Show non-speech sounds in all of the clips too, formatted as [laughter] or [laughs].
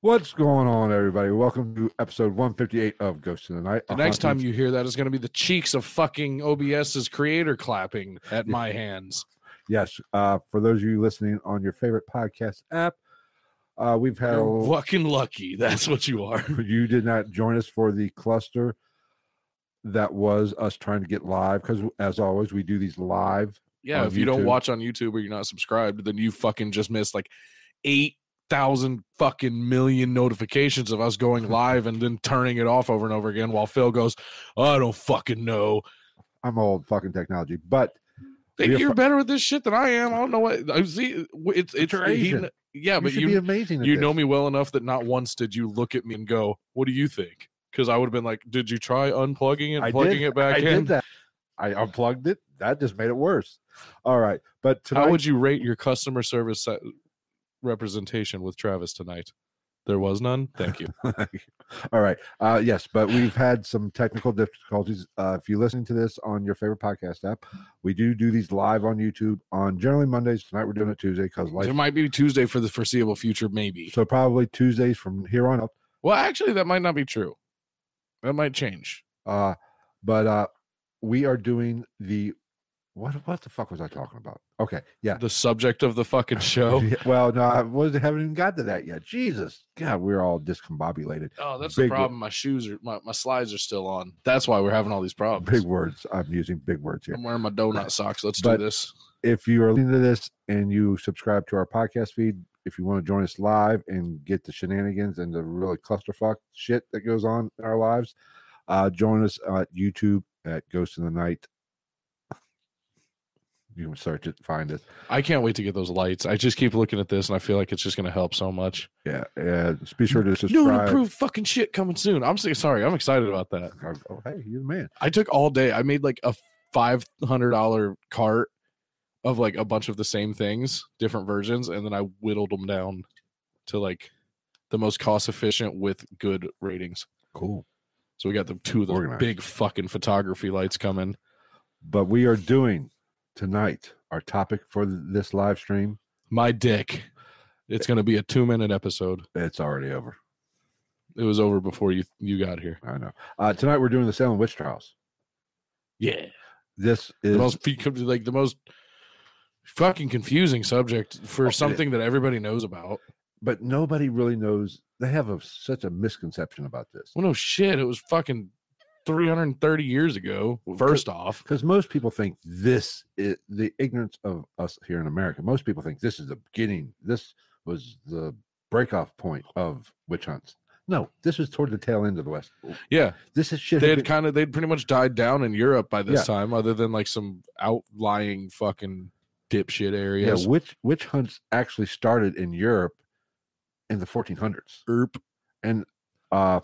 What's going on, everybody? Welcome to episode 158 of Ghost in the Night. Uh-huh. The next time you hear that is going to be the cheeks of fucking OBS's creator clapping at my [laughs] hands. yes, uh, for those of you listening on your favorite podcast app, uh, we've had a You're little- fucking lucky. [laughs] That's what you are. you did not join us for the cluster that was us trying to get live because, as always, we do these live. Yeah, On if you don't YouTube. watch on YouTube or you're not subscribed, then you fucking just missed like 8,000 fucking million notifications of [laughs] us going live and then turning it off over and over again while Phil goes, I don't fucking know. I'm old fucking technology, but Think You're you're fu- better with this shit than I am. I don't know what I see. It's it's You're he- Asian. yeah, you but should you be amazing. At you this. know me well enough that not once did you look at me and go, "What do you think?" Because I would have been like, "Did you try unplugging it, I plugging did- it back I in? did that. I unplugged it. That just made it worse. All right, but tonight, How would you rate your customer service se- representation with Travis tonight?" There was none. Thank you. [laughs] All right. Uh, yes, but we've had some technical difficulties. Uh, if you listen to this on your favorite podcast app, we do do these live on YouTube on generally Mondays. Tonight we're doing it Tuesday because there life. might be Tuesday for the foreseeable future, maybe. [laughs] So probably Tuesdays from here on up. Well, actually, that might not be true. That might change. Uh, but uh, we are doing the what? What the fuck was I talking about? Okay, yeah. [laughs] The subject of the fucking show. [laughs] Yeah, Well, no, I was haven't even got to that yet. Jesus, God, we're all discombobulated. Oh, that's the Big- problem. My shoes are my, my slides are still on. That's why we're having all these problems. Big words. I'm using big words here. I'm wearing my donut socks. Let's But- do this. if you are listening to this and you subscribe to our podcast feed, if you want to join us live and get the shenanigans and the really clusterfuck shit that goes on in our lives, uh, join us at YouTube at Ghost in the Night. You can search it, find it. I can't wait to get those lights. I just keep looking at this and I feel like it's just going to help so much. Yeah, and be sure to New and subscribe. improved fucking shit coming soon. I'm so- sorry. I'm excited about that. oh, hey, you're the man. I took all day. I made like a $500 cart of like a bunch of the same things, different versions, and then I whittled them down to like the most cost efficient with good ratings. Cool. So we got the two of those Organized. big fucking photography lights coming. But we are doing tonight our topic for this live stream. My dick. It's going to be a 2-minute episode. It's already over. It was over before you you got here. I know. Uh, tonight we're doing the Salem witch trials. Yeah. This is the most [laughs] fe- com- like the most fucking confusing subject Oh, for it is. something that everybody knows about. but nobody really knows. They have a, such a misconception about this Well, no shit, it was fucking 330 years ago. First off, because most people think this is the ignorance of us here in America. Most people think this is the beginning. This was the breakoff point of witch hunts. No, this was toward the tail end of the West. yeah, This is shit. they had [laughs] had been- kind of they'd pretty much died down in Europe by this Yeah. time, other than like some outlying fucking dipshit yeah, areas. witch witch hunts actually started in Europe in the 1400s. Erp. and uh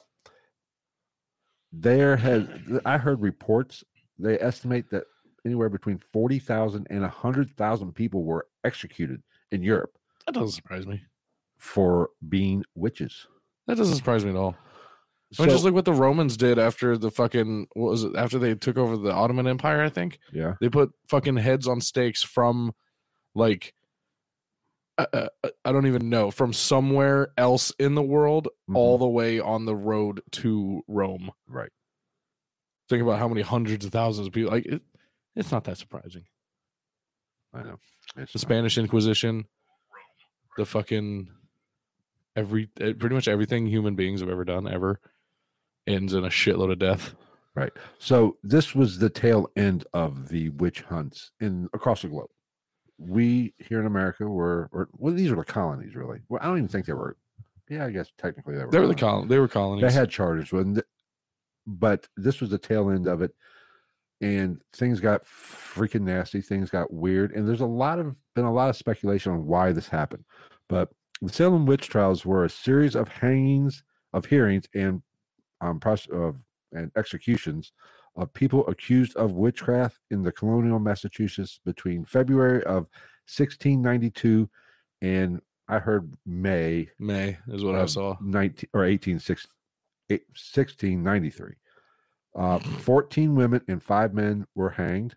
there has i heard reports they estimate that anywhere between 40,000 and 100,000 people were executed in Europe That doesn't surprise me. for being witches. That doesn't surprise me at all. I So, mean, just like what the Romans did after the fucking what was it after they took over the Ottoman Empire, I think. yeah. They put fucking heads on stakes from like uh, uh, uh, I don't even know from somewhere else in the world Mm-hmm. all the way on the road to Rome. Right. Think about how many hundreds of thousands of people like it, it's not that surprising. I know. It's The not- Spanish Inquisition, the fucking every eh, pretty much everything human beings have ever done ever ends in a shitload of death. So this was the tail end of the witch hunts in across the globe. We here in America were, or well, these were the colonies, really. Well, I don't even think they were. Yeah, I guess technically they were. They were the colonies. col- they were colonies. They had charters, when, th- but this was the tail end of it, and things got freaking nasty. Things got weird, and there's a lot of been a lot of speculation on why this happened. But the Salem witch trials were a series of hangings, of hearings, and um, pros- of and executions of people accused of witchcraft in the colonial Massachusetts between February of 1692 and I heard May May is what I of saw. 19 or 1860 eight- 1693 uh, 14 women and five men were hanged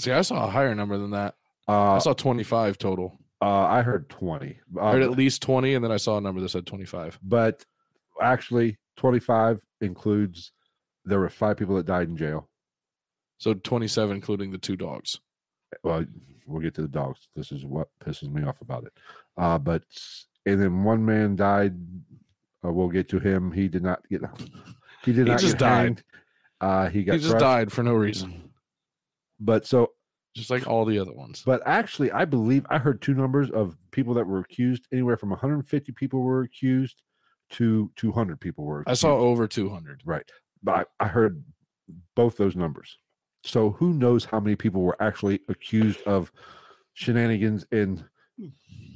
See, I saw a higher number than that. I uh, saw 25 total. Uh, I heard 20. I heard at Um, least 20, and then I saw a number that said 25. but actually, 25 includes there were five people that died in jail. So 27, including the two dogs. Well, we'll get to the dogs. This is what pisses me off about it. Uh, but and then one man died. Uh, we'll get to him. He did not get. [laughs] He did He not just get died. hanged. Uh, he He got just crushed. died for no reason, But so, just like all the other ones. but actually, I believe I heard two numbers of people that were accused. Anywhere from 150 people were accused to 200 people were. I saw over 200. Right. But I, I heard both those numbers. So who knows how many people were actually accused of shenanigans and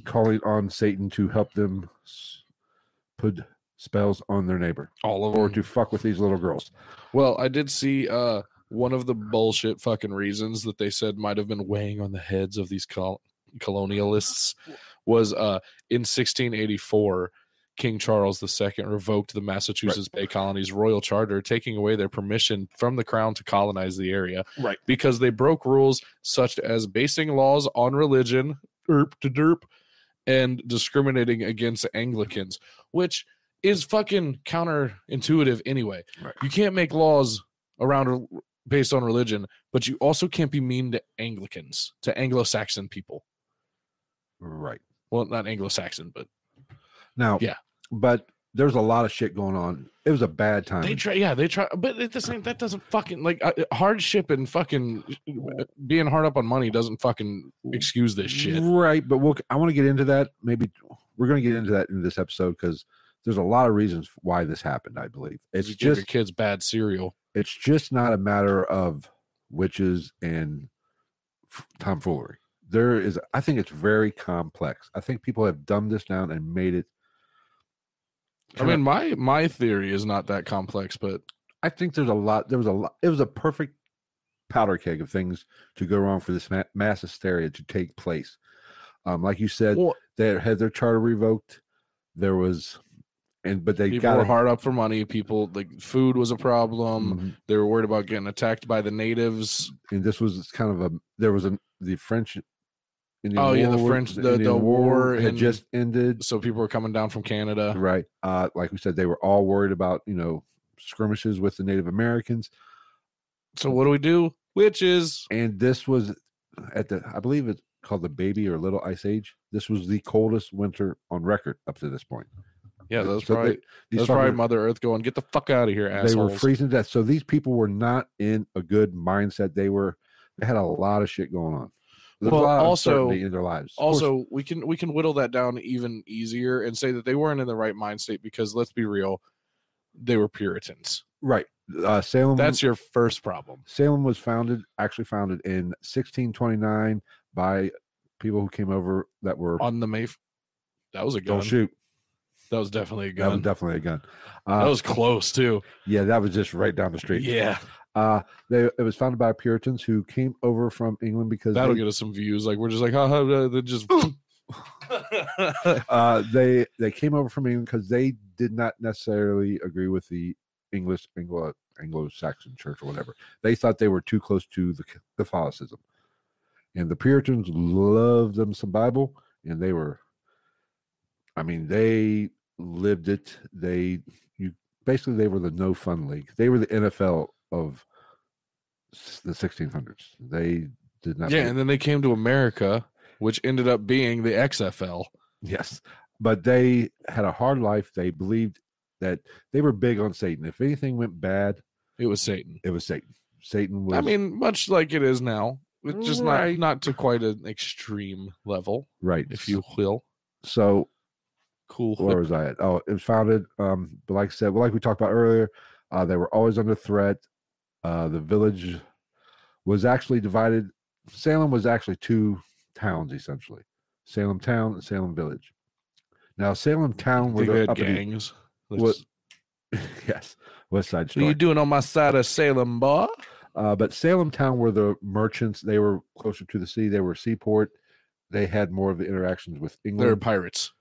calling on Satan to help them s- put spells on their neighbor All of or them. to fuck with these little girls. Mm. Well, I did see uh, one of the bullshit fucking reasons that they said might have been weighing on the heads of these col- colonialists was uh, in 1684, King Charles II revoked the Massachusetts Bay Colony's royal charter, taking away their permission from the crown to colonize the area. Right. because they broke rules such as basing laws on religion, erp to derp, and discriminating against Anglicans, which is fucking counterintuitive anyway. Right. You can't make laws around re- based on religion, but you also can't be mean to Anglicans, to Anglo-Saxon people. Right. Well, not Anglo-Saxon, but Now, Yeah. But there's a lot of shit going on. It was a bad time. they try. Yeah, they try. But at the same, that doesn't fucking like uh, hardship and fucking uh, being hard up on money doesn't fucking excuse this shit. Right, but we'll I want to get into that. Maybe we're going to get into that in this episode cuz there's a lot of reasons why this happened, I believe. It's You give just your kids bad cereal. it's just not a matter of witches and f- tomfoolery. There is, I think it's very complex. I think people have dumbed this down and made it. I mean, my my theory is not that complex, but I think there's a lot. There was a lot. It was a perfect powder keg of things to go wrong for this ma- mass hysteria to take place. Um, like you said, Well- they had their charter revoked. There was, and but they people got were a- hard up for money. People like food was a problem. Mhm. They were worried about getting attacked by the natives. and this was kind of a there was a the French. Indian Oh, yeah, the was- French- the- Indian the war had in- just ended, So people were coming down from Canada. right? Uh, like we said, they were all worried about you know skirmishes with the Native Americans, So what do we do? Witches. and this was at the I believe it's called the Baby or Little Ice Age. This was the coldest winter on record up to this point. Yeah, that's So they- probably These that's probably fuckers- Mother Earth going. Get the fuck out of here, assholes. they were freezing to death. So these people were not in a good mindset. They were they had a lot of shit going on. There's Well, a lot of also- uncertainty in their lives. Of course, also we can we can whittle that down even easier and say that they weren't in the right mind state because let's be real, they were Puritans. right. Uh, Salem. That's your first problem. Salem was founded, actually founded in 1629 by people who came over that were On the Mayf, that was a gun. don't shoot. That was definitely a That was gun. definitely a gun. that Uh, was close too. yeah, that was just right down the street. Yeah, Uh, they, it was founded by Puritans who came over from England because that'll they, get us some views. Like we're just like, haha, they [laughs] just. uh, they they came over from England because they did not necessarily agree with the English Anglo Anglo Saxon Church or whatever. They thought they were too close to the Catholicism, and the Puritans loved them some Bible, and they were, I mean, they lived it. They you basically they were the no fun league. They were the NFL of s- the 1600s. They did not. yeah, do- and then they came to America, which ended up being the XFL. Yes. But they had a hard life. They believed that they were big on Satan. If anything went bad, It was Satan. it was Satan. Satan was I mean, much like it is now, it's just Right. not not to quite an extreme level, right. if you will. so Cool. where was I at? Oh, it was founded. Um, but like I said, well, like we talked about earlier, uh, they were always under threat. Uh, the village was actually divided. Salem was actually two towns essentially: Salem Town and Salem Village. Now, Salem Town Think was they had up in gangs. the, Like, was, [laughs] yes, West Side what are Story. you doing on my side of Salem, boy? Uh, but Salem Town were the merchants. They were closer to the sea. They were a seaport. They had more of the interactions with They're England, pirates.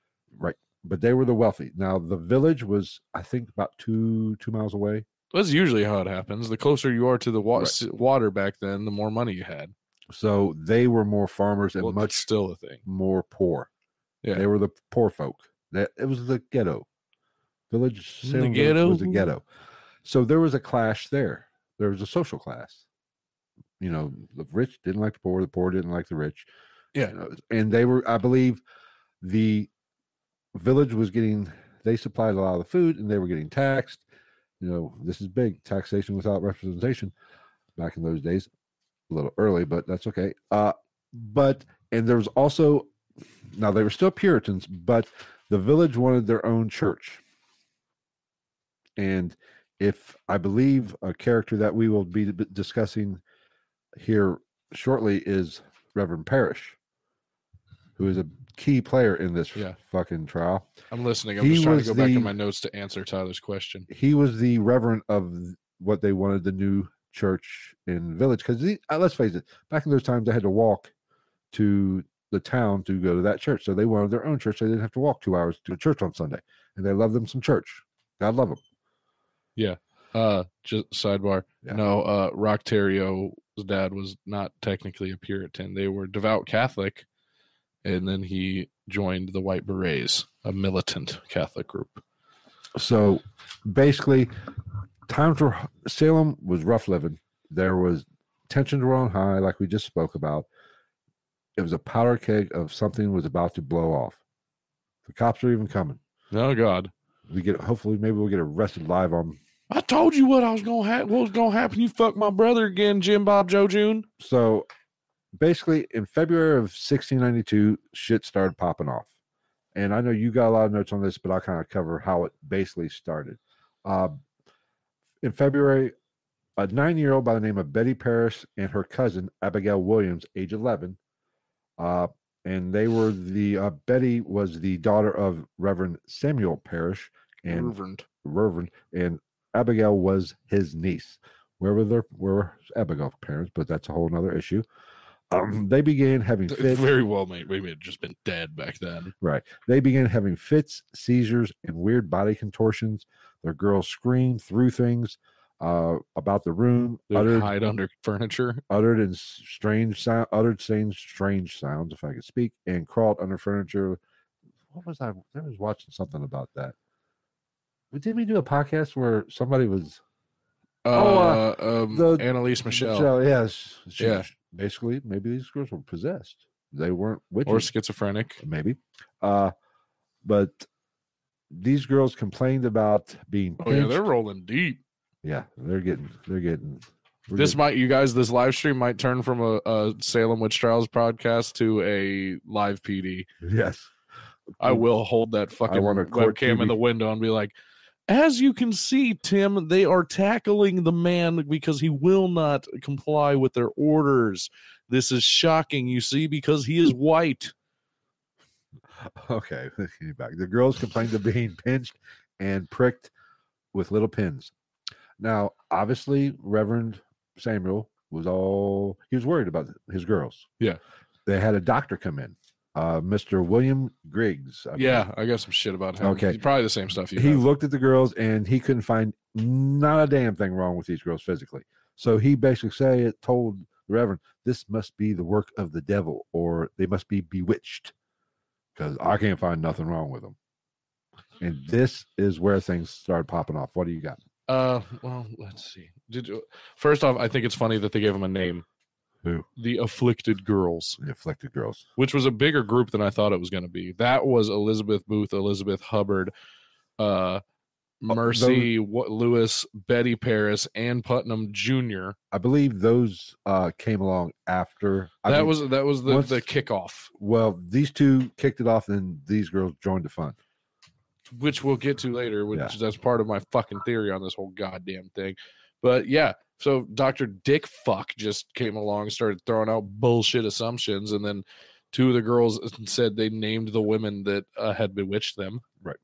but they were the wealthy. Now the village was, I think, about two two miles away. That's usually how it happens. The closer you are to the wa- Right. s- water back then, the more money you had. So they were more farmers and Well, much that's still a thing. more poor. Yeah. They were the poor folk. That it was the ghetto. Village The Salem Village was the ghetto. ghetto. So there was a clash there. There was a social class. You know, the rich didn't like the poor, the poor didn't like the rich. Yeah. You know, and they were, I believe, the village was getting they supplied a lot of the food and they were getting taxed. You know, this is big taxation without representation back in those days. A little early, but that's okay. Uh but and there was also now they were still Puritans, but the village wanted their own church. And if I believe a character that we will be d- discussing here shortly is Reverend Parrish, who is a key player in this Yeah. fucking trial. I'm listening. I'm He just trying to was go back the- in my notes to answer Tyler's question. He was the reverend of th- what they wanted the new church in village. Because let's face it, back in those times, they had to walk to the town to go to that church. So they wanted their own church. So they didn't have to walk two hours to a church on Sunday. And they loved them some church. God love them. Uh, just sidebar. Yeah. No, uh, Rock Terrio's dad was not technically a Puritan. They were devout Catholic, and then he joined the White Berets, a militant Catholic group. So basically, times were Salem was rough living. There was tensions were on high, like we just spoke about. It was a powder keg of something was about to blow off. The cops are even coming. Oh God! We get hopefully maybe we'll get arrested live on. I told you what I was gonna ha- what was gonna happen. You fuck my brother again, Jim Bob Joe June. So basically, in February of 1692, shit started popping off. And I know you got a lot of notes on this, but I'll kind of cover how it basically started. Uh, in February, a nine year old by the name of Betty Paris and her cousin, Abigail Williams, age 11, uh, and they were the, uh, Betty was the daughter of Reverend Samuel Parrish and Reverend. Reverend, and Abigail was his niece. Where were their where were Abigail's parents? But that's a whole nother issue. Um, they began having fits. Very well, mate. We may have just been dead back then. Right. They began having fits, seizures, and weird body contortions. Their girl screamed, threw things uh, about the room, They would uttered hide under furniture. uttered in s- strange sound, uttered strange strange sounds, if I could speak, and crawled under furniture. What was I? I was watching something about that. But Didn't we do a podcast where somebody was? Oh, uh, um, the- Annalise Michelle, So yes, she, Yeah. Basically, maybe these girls were possessed. They weren't witches, or schizophrenic. maybe. Uh, but these girls complained about being. Oh yeah, pinched. they're rolling deep. yeah, they're getting, they're getting. we're This getting- might, you guys, this live stream might turn from a, a Salem witch trials podcast to a live PD. [laughs] yes, I will hold that fucking want a court webcam in TV. the window and be like, as you can see, Tim, they are tackling the man because he will not comply with their orders. This is shocking, you see, because he is white. [laughs] okay. Get it back. The girls complained of being [laughs] pinched and pricked with little pins. Now, obviously, Reverend Samuel was all he was worried about his girls. Yeah. they had a doctor come in, uh, Mr. William Griggs. I believe. yeah, I got some shit about him. Okay. Probably the same stuff you he have. looked at the girls and he couldn't find not a damn thing wrong with these girls physically. So he basically said, told the Reverend, this must be the work of the devil or they must be bewitched because I can't find nothing wrong with them. And this is where things started popping off. What do you got? Uh, well, let's see. Did you, first off, I think it's funny that they gave him a name, Who? the Afflicted Girls, The afflicted girls. which was a bigger group than I thought it was going to be. That was Elizabeth Booth, Elizabeth Hubbard, uh, Oh, Mercy Wa- Lewis, Betty Paris, and Putnam Jr. I believe those uh, came along after. I that mean, was that was the, once- the kickoff, well, these two kicked it off and these girls joined the fun. which we'll get to later, which Yeah. that's part of my fucking theory on this whole goddamn thing. But yeah, so Dr. Dick Fuck just came along, started throwing out bullshit assumptions, and then two of the girls [laughs] said they named the women that uh, had bewitched them. Right.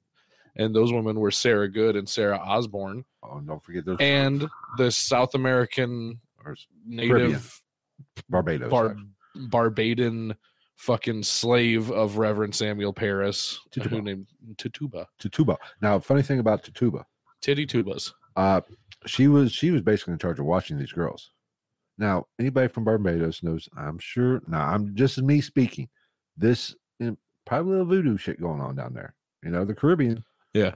And those women were Sarah Good and Sarah Osborne, Oh, and don't forget those and the South American or native Barbados. Bar- Barbadian fucking slave of Reverend Samuel Paris, who Tituba. named Tituba. Tituba. Now, funny thing about Tituba, Titty Tubas. uh, she was she was basically in charge of watching these girls. Now, anybody from Barbados knows, I'm sure. Now, I'm just me speaking. This you know, probably a little voodoo shit going on down there. You know, the Caribbean. Yeah.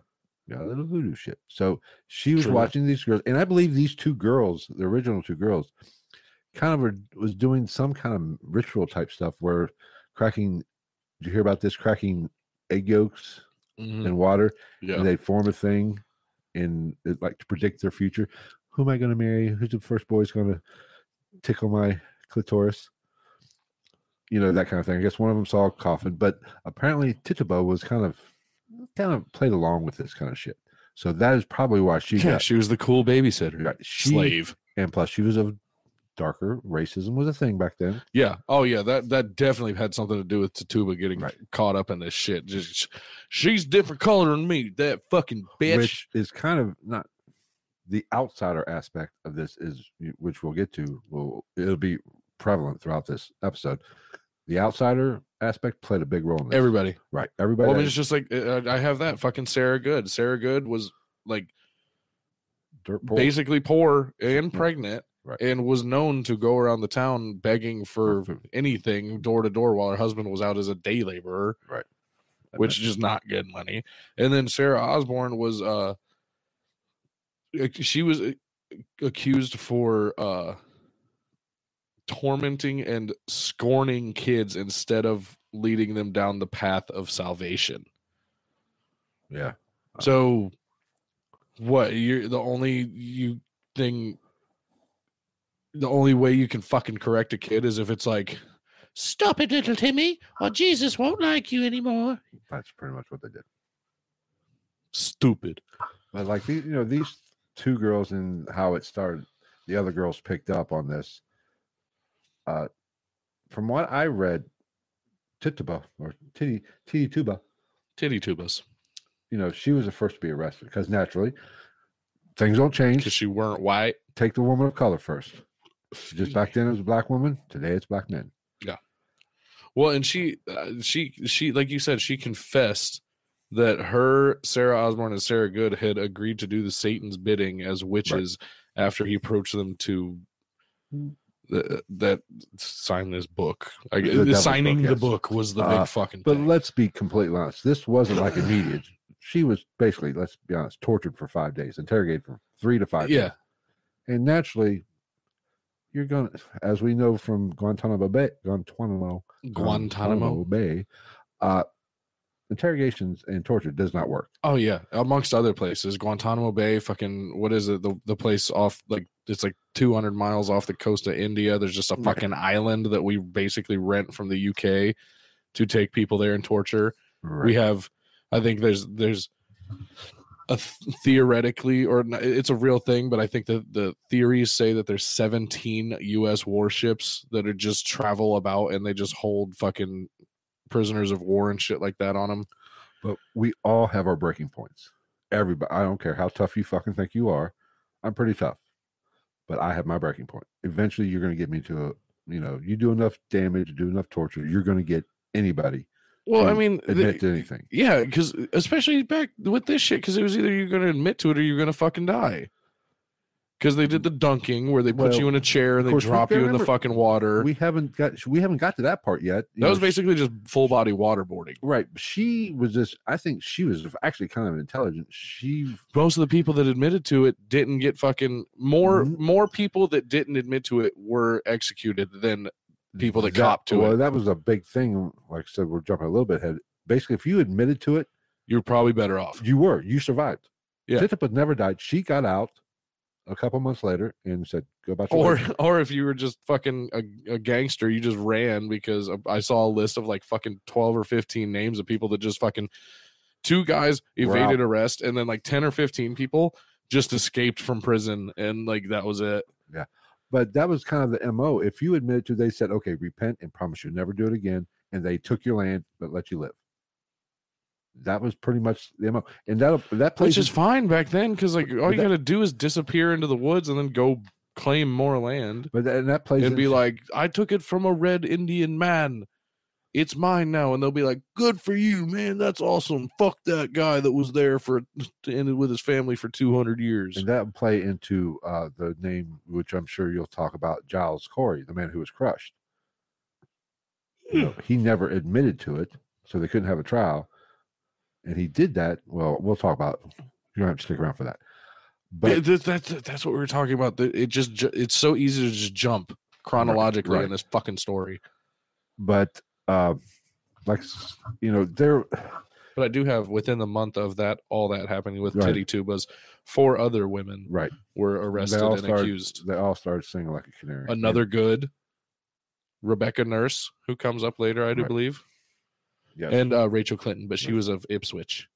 Got a little voodoo shit. So she was True. watching these girls, and I believe these two girls, the original two girls, kind of were, was doing some kind of ritual type stuff where cracking. Did you hear about this? Cracking egg yolks Mhm. in water Yeah. and they form a thing and it, like to predict their future. Who am I going to marry? Who's the first boy's going to tickle my clitoris? You know that kind of thing. I guess one of them saw a coffin, but apparently Titubo was kind of kind of played along with this kind of shit. So that is probably why she yeah, got, she was the cool babysitter. got she, Slave. and plus she was of darker. Racism was a thing back then. Yeah. Oh yeah, that that definitely had something to do with Tatuba getting Right. caught up in this shit. Just she's different color than me, that fucking bitch. which is kind of not the outsider aspect of this is which we'll get to will it'll be prevalent throughout this episode the outsider aspect played a big role in this. Everybody. right everybody Well, I mean, that it's just like uh, I have that fucking Sarah Good. Sarah Good was like dirt poor [laughs] basically poor and Yeah. pregnant Right. and was known to go around the town begging for food. anything door to door while her husband was out as a day laborer which is just not good money and then sarah osborne was uh ac- she was uh, accused for uh tormenting and scorning kids instead of leading them down the path of salvation yeah so, what? You're the only you thing. The only way you can fucking correct a kid is if it's like, "Stop it, little Timmy, or Jesus won't like you anymore." that's pretty much what they did Stupid. but like these you know these two girls and how it started the other girls picked up on this uh from what i read tituba or titty titty tuba Titty tubas you know, she was the first to be arrested because naturally things don't change. because she weren't white. Take the woman of color first. Just back then it was a black woman. Today it's black men. Well, and she, uh, she, she, like you said, she confessed that her Sarah Osborne and Sarah Good had agreed to do the Satan's bidding as witches after he approached them to th- that sign this book. I, The devil's signing book, the yes. book was the Uh, big fucking. But thing. let's be completely honest. This wasn't like immediate. She was basically, let's be honest, tortured for five days, interrogated for three to five yeah, days. And naturally, you're going to, as we know from Guantanamo Bay, Guantanamo, Guantanamo. Bay, uh, interrogations and torture does not work. Oh yeah, amongst other places, Guantanamo Bay. Fucking what is it? The the place off like it's like 200 miles off the coast of India. There's just a Right. fucking island that we basically rent from the UK to take people there and torture. Right. we have i think there's there's a th- theoretically or n- it's a real thing but i think that the theories say that there's 17 us warships that are just travel about and they just hold fucking prisoners of war and shit like that on them But we all have our breaking points. Everybody, I don't care how tough you fucking think you are. I'm pretty tough, but I have my breaking point. Eventually, you're going to get me to a, you know, you do enough damage, do enough torture, you're going to get anybody well i Mm, mean the- admit to anything. yeah because especially back with this shit because it was either you're going to admit to it or you're going to fucking die because they did the dunking where they put Well, you in a chair and of they course, we drop gotta you in the remember, fucking water We haven't got, we haven't got to that part yet. you er that know, was basically just full body waterboarding right. She was just, I think she was actually kind of intelligent. She most of the people that admitted to it didn't get fucking more Mhm. more people that didn't admit to it were executed than people that cop to well, it. that was a big thing. Like I said, we're jumping a little bit ahead. Basically, if you admitted to it, you're probably better off. You were. You survived. Yeah. Tituba never died. She got out a couple months later and said, "Go about your Or way." [laughs] or if you were just fucking a, a gangster, you just ran because I saw a list of like fucking 12 or 15 names of people that just fucking two guys Were out. evaded arrest and then like 10 or 15 people just escaped from prison and like that was it. But that was kind of the mo. If you admitted to, they said, "Okay, repent and promise you'll never do it again," and they took your land but let you live. That was pretty much the mo. And that that place Which is fine back then because like all But you that- got to do is disappear into the woods and then go claim more land. But that, and that place and be in- like, I took it from a red Indian man. it's mine now and they'll be like good for you man that's awesome fuck that guy that was there for [laughs] ended with his family for 200 years And that would play into uh, the name, which I'm sure you'll talk about, Giles Corey, the man who was crushed. You Hmm. know, he never admitted to it, so they couldn't have a trial. And he did that. Well, we'll talk about. You're gonna have to stick around for that. Yeah, But that's, that's that's what we were talking about that it just ju- it's so easy to just jump chronologically right. in this fucking story but uh, like s- you know, there but i do have within the month of that all that happening with Right. titty tubas four other women [sighs] right. were arrested all and started- accused They all started singing like a canary. And another good rebecca nurse who comes up later i do Right. believe yes, and uh, Rachel Clinton, but she Right. was of Ipswich.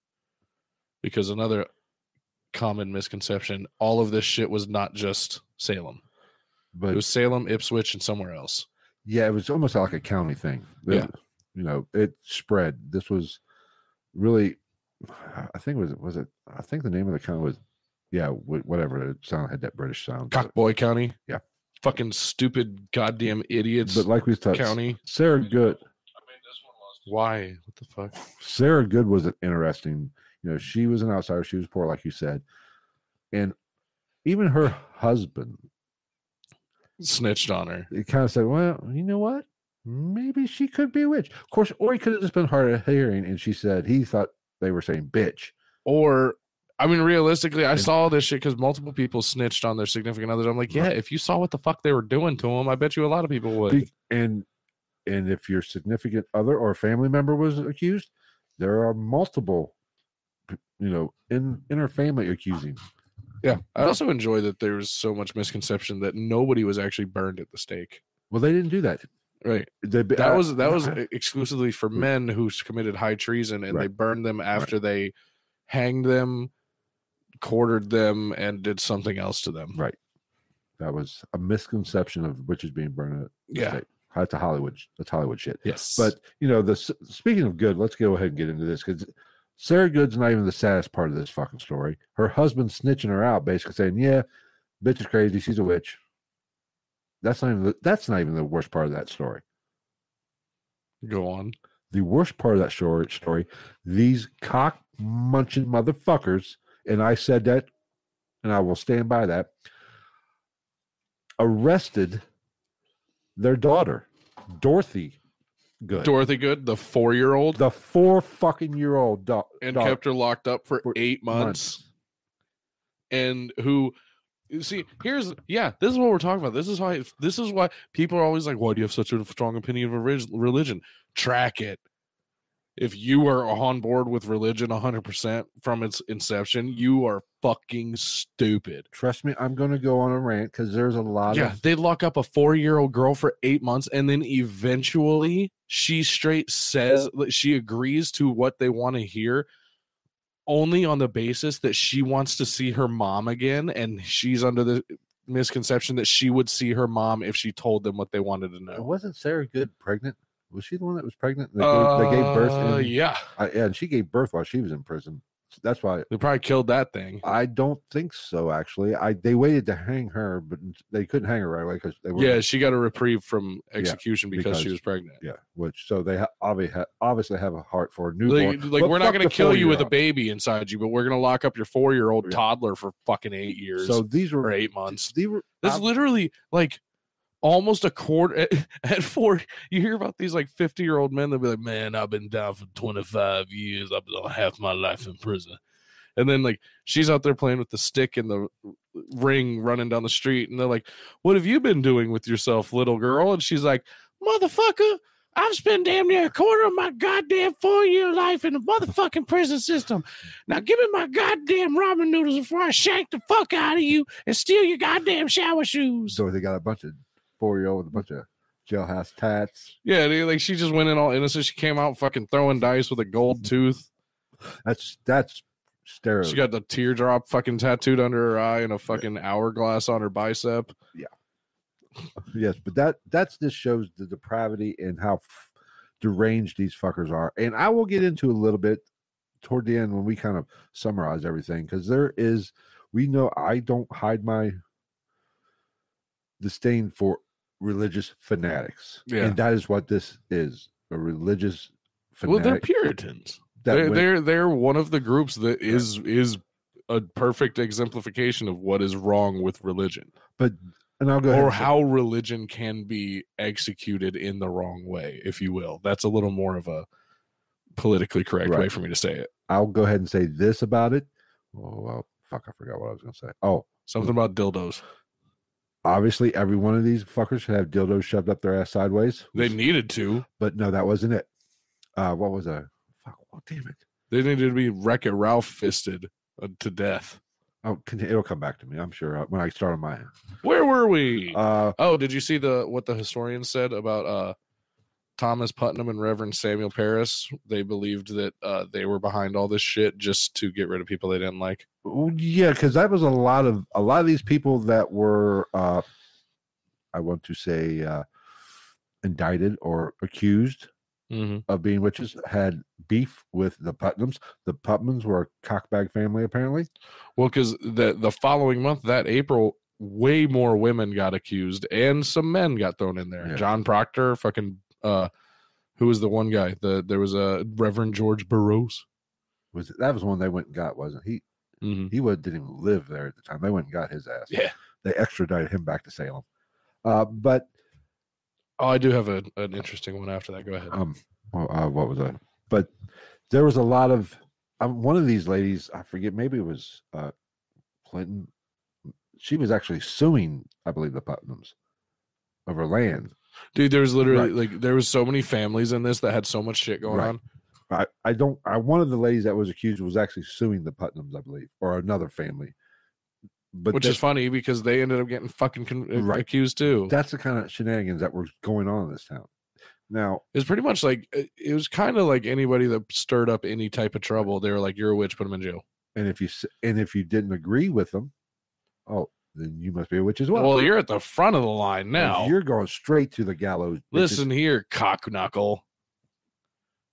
Because another common misconception, all of this shit was not just Salem. but it was Salem, Ipswich, and somewhere else. Yeah, it was almost like a county thing. The- Yeah. You know, it spread. This was really, I think it was was it? I think the name of the county was, yeah, wh- whatever. It sound had that British sound. to it. Cockboy County. Yeah. Fucking stupid goddamn idiots But like we touched, county. Sarah Good. Why? What the fuck? Sarah Good was an interesting. You know, she was an outsider. She was poor, like you said, and even her husband Snitched on her. it kind of said, well, you know what? Maybe she could be a witch. Of course, or he could have just been hard of hearing, and she said he thought they were saying bitch. Or I mean, realistically, I And- saw all this shit because multiple people snitched on their significant others. I'm like, yeah, if you saw what the fuck they were doing to them, I bet you a lot of people would. Be- and and if your significant other or family member was accused, there are multiple, p- you know, in inner family accusing. Yeah. I also enjoy that there was so much misconception that nobody was actually burned at the stake. Well, they didn't do that. Right. They, uh, That was [laughs] that was e, exclusively for men who committed high treason and they Mm. Right. burned them after they hanged them, quartered them, and did something else to them. Right. that was a misconception of witches being burned at the Yeah. stake. That's a Hollywood. That's Hollywood shit. Yes. But you know, the s- speaking of good, let's go ahead and get into this because Sarah Good's not even the saddest part of this fucking story. Her husband's snitching her out, basically saying, "Yeah, bitch is crazy. She's a witch." That's not even the, that's not even the worst part of that story. go on. The worst part of that short story, these cock munching motherfuckers, and I said that, and I will stand by that. Arrested their daughter, Dorothy Good. Dorothy Good, the four year old, the four fucking year old dog and dog kept her locked up for, for eight months. and who you see here's yeah this is what we're talking about this is why this is why people are always like why do you have such a strong opinion of a rig- religion track it if you are on board with religion 100% from its inception you are fucking stupid Trust me, I'm going to go on a rant because there's a lot yeah of they lock up a four-year-old girl for eight months and then eventually she straight says that she agrees to what they want to hear only on the basis that she wants to see her mom again and she's under the misconception that she would see her mom if she told them what they wanted to know wasn't Sarah Good pregnant? Was she the one that was pregnant? They gave, they gave Uh, birth, in, yeah I- and she gave birth while she was in prison. That's why they probably killed that thing I don't think so. Actually, I they waited to hang her, but they couldn't hang her right away because they were yeah she got a reprieve from execution because, she because- was pregnant yeah. Which so they ha- obviously ha- obviously have a heart for a newborn. Like, like but we're not fuck going the to kill you with a four-year-old. baby inside you, but we're going to lock up your four-year-old Yeah. toddler for fucking eight years So these were or eight months. These were That's I'm- literally like almost a quarter at, [laughs] at four. You hear about these like fifty-year-old men. They'll be like, "Man, I've been down for twenty-five years. I've been on half my life in prison." And then like she's out there playing with the stick and the ring running down the street, and they're like, "What have you been doing with yourself, little girl?" And she's like, "Motherfucker." I've spent damn near a quarter of my goddamn four year life in the motherfucking prison system. Now give me my goddamn ramen noodles before I shank the fuck out of you and steal your goddamn shower shoes. so they got a bunch of four year old with a bunch of jailhouse tats. Yeah, dude, like she just went in all innocent. She came out fucking throwing dice with a gold tooth. That's that's stereotypical. She got the teardrop fucking tattooed under her eye and a fucking hourglass on her bicep. Yes, but that that's this shows the depravity and how f- deranged these fuckers are. And I will get into a little bit toward the end when we kind of summarize everything because there is we know I don't hide my disdain for religious fanatics, Yeah. and that is what this is. a religious Well, fanatic. they're Puritans. that they're went- they're they're one of the groups that is is a perfect exemplification of what is wrong with religion but and I'll go ahead or and say- how religion can be executed in the wrong way, if you will. That's a little more of a politically correct way Right. for me to say it. I'll go ahead and say this about it. Oh well, fuck! I forgot what I was going to say. Oh, Something about dildos. obviously, every one of these fuckers should have dildos shoved up their ass sideways. They needed to. but no, that wasn't it. Uh, what was I? Fuck! Well, damn it! They needed to be Wreck It Ralph fisted uh, to death. Oh, can- it'll come back to me. I'm sure uh, when I start on my. Where were we? Uh, oh, did you see the what the historian said about uh Thomas Putnam and Reverend Samuel Paris? They believed that uh they were behind all this shit just to get rid of people they didn't like. Well, yeah, because that was a lot of a lot of these people that were, uh, I want to say, uh, indicted or accused Mm-hmm. of being witches had beef with the Putnams. The Putnams were a cockbag family, apparently. Well, because the the following month, that April, way more women got accused and some men got thrown in there. Yeah. John Proctor, fucking uh who was the one guy? The there was a Reverend George Burroughs. Was that was one they went and got? Wasn't he? Mhm. He was didn't even live there at the time. They went and got his ass. Yeah. they extradited him back to Salem. Uh, but Oh, I do have a, an interesting one after that. Go ahead. um well, uh, what was that but there was a lot of um, one of these ladies i forget maybe it was uh clinton she was actually suing i believe the putnams over land Dude, there was literally Right. like there was so many families in this that had so much shit going Right. on. i i don't i one of the ladies that was accused was actually suing the putnams i believe or another family but which that- is funny because they ended up getting fucking con- uh, Right. accused too. that's the kind of shenanigans that were going on in this town now It's pretty much like uh, it was kind of like anybody that stirred up any type of trouble. They were like, "You're a witch, put them in jail." and if you s- and if you didn't agree with them oh then you must be a witch as well Well, you're at the front of the line now. you're going straight to the gallows bitches. Listen here, cock knuckle.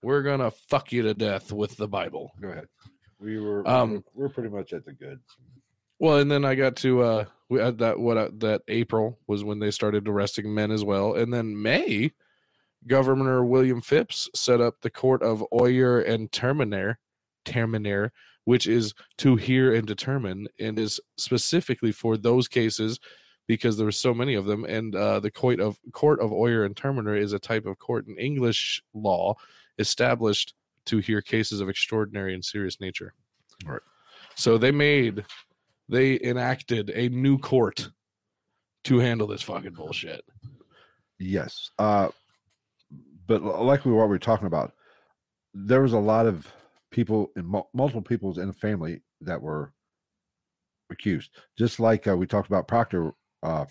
We're gonna fuck you to death with the Bible. Go ahead. We were Um, we're pretty much at the good. Well, and then I got to uh we had that what uh, that April was when they started arresting men as well, and then May, Governor William Phipps set up the court of Oyer and Terminer, Terminer, which is to hear and determine, and is specifically for those cases because there were so many of them. And uh, the court of court of Oyer and Terminer is a type of court in English law established to hear cases of extraordinary and serious nature. Right. So they made they enacted a new court to handle this fucking bullshit. Yes. Uh but l- like we what we were talking about, there was a lot of people and mul- multiple peoples in a family that were accused. Just like uh, we talked about Proctor uh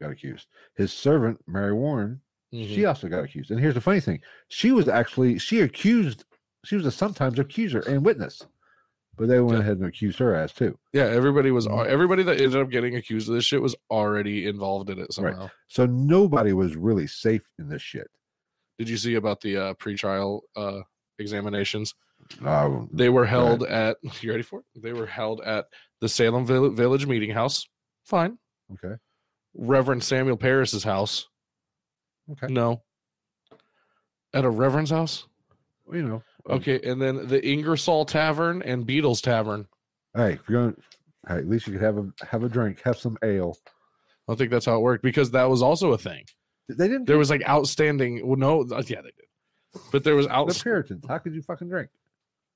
got accused. His servant Mary Warren, she Mm-hmm. also got accused. And here's the funny thing. She was actually she accused she was a sometimes accuser and witness. But they went Yeah. ahead and accused her ass too. yeah, everybody was al- everybody that ended up getting accused of this shit was already involved in it somehow. So nobody was really safe in this shit. Did you see about the uh, pretrial uh, examinations? Um, They were held at [laughs] you ready for it? They were held at the Salem Vill- Village Meeting House. Fine. okay. Reverend Samuel Paris's house. Okay. No. At a reverend's house. Well, You know. um, Okay, and then the Ingersoll Tavern and Beatles Tavern. Hey, if you're going. Hey, at least you could have a have a drink, have some ale. I don't think that's how it worked because that was also a thing. They didn't. There was like outstanding. Well, no, uh, yeah, they did, but there was They're out Puritans. How could you fucking drink?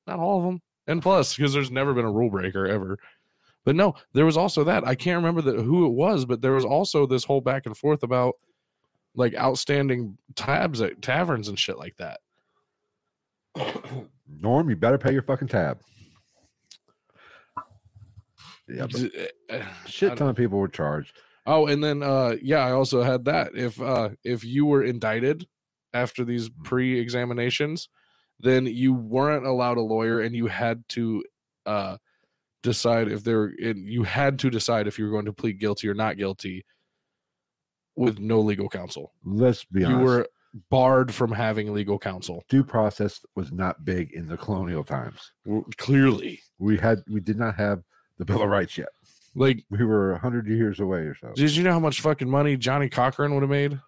not all of them. And plus, because there's never been a rule breaker ever. But no, there was also that. I can't remember that who it was, but there was also this whole back and forth about like outstanding tabs at taverns and shit like that. Norm, you better pay your fucking tab. Yeah, but D- eh, eh, I shit don't- ton of people were charged. Oh, and then uh yeah, I also had that. If uh if you were indicted after these pre-examinations, then you weren't allowed a lawyer and you had to uh decide if there and you had to decide if you were going to plead guilty or not guilty with no legal counsel. Let's be You honest. were barred from having legal counsel. Due process was not big in the colonial times. w- Clearly. We had we did not have the Bill of Rights yet. Like We were hundred years away or so. did you know how much fucking money Johnny Cochran would have made?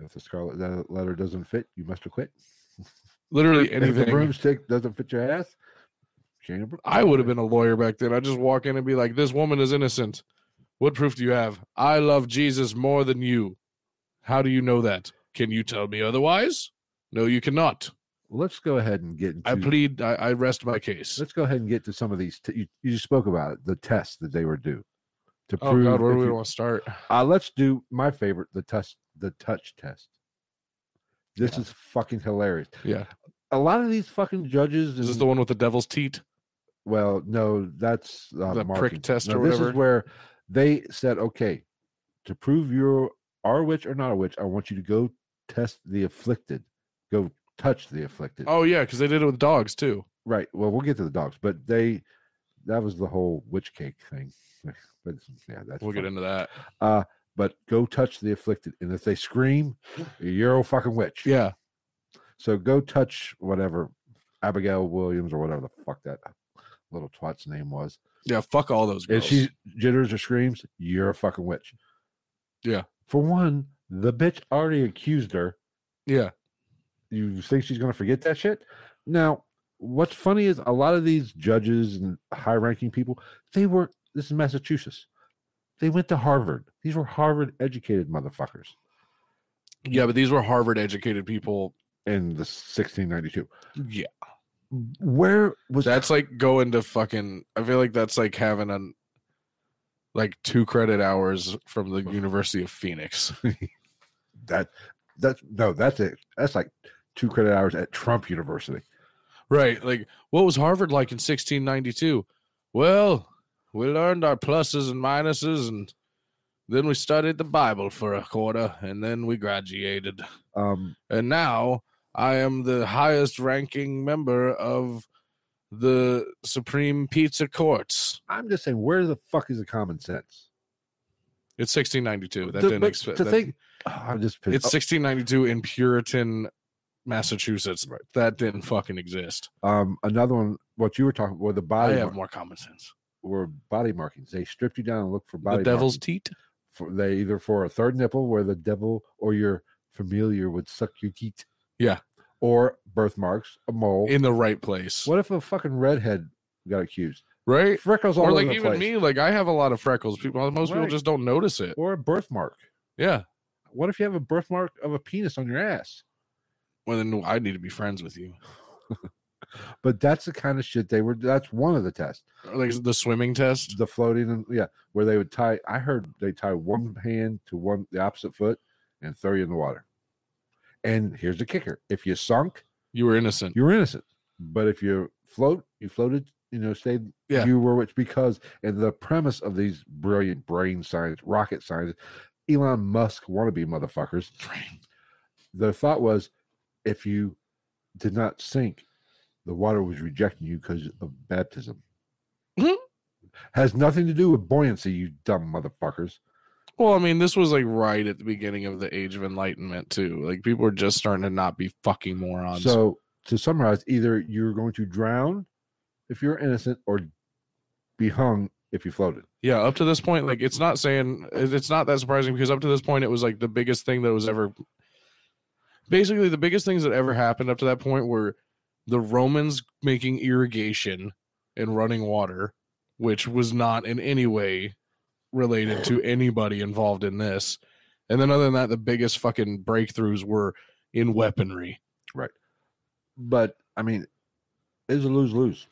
If the scarlet le- letter doesn't fit, you must have quit. Literally If the anything. broomstick doesn't fit your ass, change a broom. I would have been a lawyer back then. I just walk in and be like, "This woman is innocent. What proof do you have? I love Jesus more than you. How do you know that? Can you tell me otherwise? No, you cannot. Let's go ahead and get. Into, I plead. I, I rest my case. Let's go ahead and get to some of these. T- you, you spoke about it, the tests that they were due to Oh prove. God, where if do we you- want to start? uh, let's do my favorite, the touch, the touch test. This Yeah. is fucking hilarious. Yeah, A lot of these fucking judges. is this and- the one with the devil's teat? Well, no, that's uh, The prick marking. test No, or This whatever? is where they said, okay, to prove you are a witch or not a witch, I want you to go test the afflicted, go touch the afflicted. Oh yeah, because they did it with dogs too. Right. Well, we'll get to the dogs, but they that was the whole witch cake thing. [laughs] but yeah, that's We'll get funny. into that. Uh, but go touch the afflicted, and if they [gasps] scream, you're a fucking witch. Yeah, So go touch whatever Abigail Williams or whatever the fuck that little twat's name was. yeah. Fuck all those and girls. she jitters or screams, you're a fucking witch. Yeah. For one, the bitch already accused her. yeah, You think she's going to forget that shit? Now, what's funny is a lot of these judges and high ranking people, they were, this is Massachusetts, they went to Harvard. These were Harvard educated motherfuckers yeah. But these were Harvard educated people. in the 1692. Yeah. Where was that's like going to fucking i feel like that's like having an like two credit hours from the university of phoenix [laughs] that? That's no, that's it. That's like two credit hours at Trump University. right like what was harvard like in 1692 well we learned our pluses and minuses and then we studied the bible for a quarter and then we graduated Um, and now i am the highest ranking member of the supreme pizza courts I'm just saying, where the fuck is the common sense? it's 1692 that to, didn't but expect to that- think. Oh, I'm just pissed. It's 1692 in Puritan, Massachusetts. That didn't fucking exist. um, another one. What you were talking were the I body have mar- more common sense. were body markings. They stripped you down and looked for body. the devil's markings. teat. For, they either for a third nipple where the devil or your familiar would suck your teat. Yeah. Or birthmarks, a mole. in the right place, what if a fucking redhead got accused? right? Freckles all Or over like the even place. me, like I have a lot of freckles. People, most people Right. just don't notice it. Or a birthmark. Yeah. What if you have a birthmark of a penis on your ass? Well, then I need to be friends with you. But that's the kind of shit they were. That's one of the tests. Or, Like the swimming test. the floating and yeah, where they would tie. I heard they tie one hand to one the opposite foot and throw you in the water. And here's the kicker: if you sunk, You were innocent. you were innocent. But if you float, you floated. You know, stayed. Yeah. You were which because and the premise of these brilliant brain science, rocket science, Elon Musk wannabe motherfuckers. The thought was, if you did not sink, the water was rejecting you because of baptism. Mhm. Has nothing to do with buoyancy, you dumb motherfuckers. Well, I mean, this was like right at the beginning of the Age of Enlightenment too. Like people were just starting to not be fucking morons. So, to summarize, either you're going to drown if you're innocent or be hung if you floated. Yeah, up to this point, like it's not saying it- it's not that surprising because up to this point, it was like the biggest thing that was ever. Basically, the biggest things that ever happened up to that point were the Romans making irrigation and running water, which was not in any way related to anybody involved in this. And then, other than that, the biggest fucking breakthroughs were in weaponry. But I mean, it's a lose lose.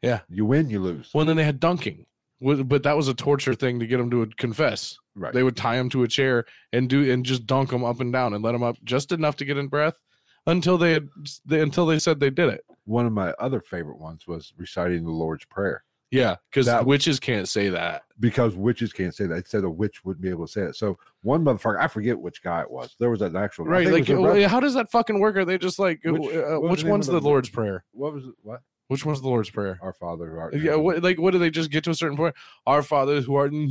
Yeah. You win, you lose. Well, and then they had dunking, Wa- but that was a torture thing to get them to confess. right. they would tie him to a chair and do and just dunk him up and down and let him up just enough to get in breath until they had they, until they said they did it One of my other favorite ones was reciting the Lord's Prayer yeah because That- witches can't say that because witches can't say that. It said a witch wouldn't be able to say it. So, one motherfucker, I forget which guy it was. There was an actual I right think it like was a rep- uh, how does that fucking work are they just like uh, Which- which, what was which the name one's of the the- lord's prayer what was it? What? which one's the lord's prayer Our Father who art in yeah heaven. what like what do they just get to a certain point our fathers who are in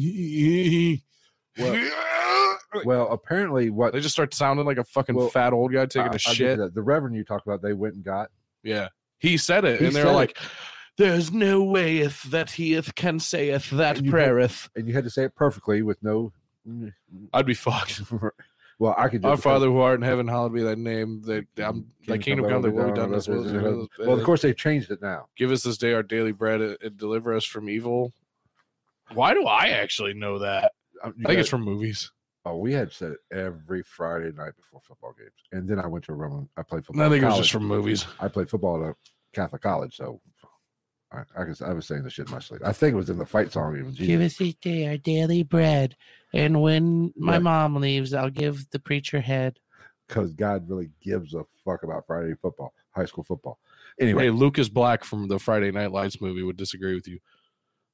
Well, apparently, what they just start sounding like a fucking Well, fat old guy taking I- a I just- shit the reverend you talked about, they went and got. Yeah. He said it, He and they're said it. like, There's no wayeth that heeth can sayeth that And you had- prayereth. And you had to say it perfectly with no. I'd be fucked. [laughs] Well, I could. do Our it because- Father who art in heaven, hallowed be thy name. Thy, I'm, thy kingdom come, thy will be done. as well as it is- Well, of course they've changed it now. Give us this day our daily bread and and deliver us from evil. Why do I actually know that? Um, you I think got- it's from movies. oh, we had said it every Friday night before football games, and then I went to Roman. I played football. I in think it was college. just from movies. I played football at a Catholic college, so I, I, guess I was saying this shit in my sleep. I think it was in the fight song. Even Jesus. Give us each day our daily bread. And when my Right. mom leaves, I'll give the preacher head. because God really gives a fuck about Friday football, high school football. Anyway, Hey, Lucas Black from the Friday Night Lights movie would disagree with you.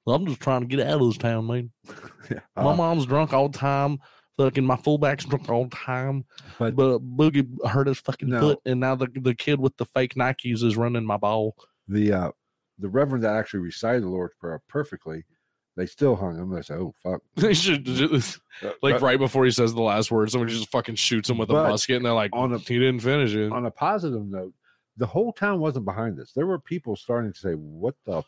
Well, I'm just trying to get out of this town, man. uh, my mom's drunk all the time. Fucking my fullback's drunk all the time. But- But, Boogie hurt his fucking No. foot, and now the, the kid with the fake Nikes is running [laughs] my ball. the uh, the reverend that actually recited the Lord's Prayer perfectly, they still hung him. They said, "Oh fuck!" they should just, Uh, like but right before he says the last word, somebody just fucking shoots him with a But musket, and they're like, on a he didn't finish it. on a positive note, the whole town wasn't behind this. There were people starting to say, "What the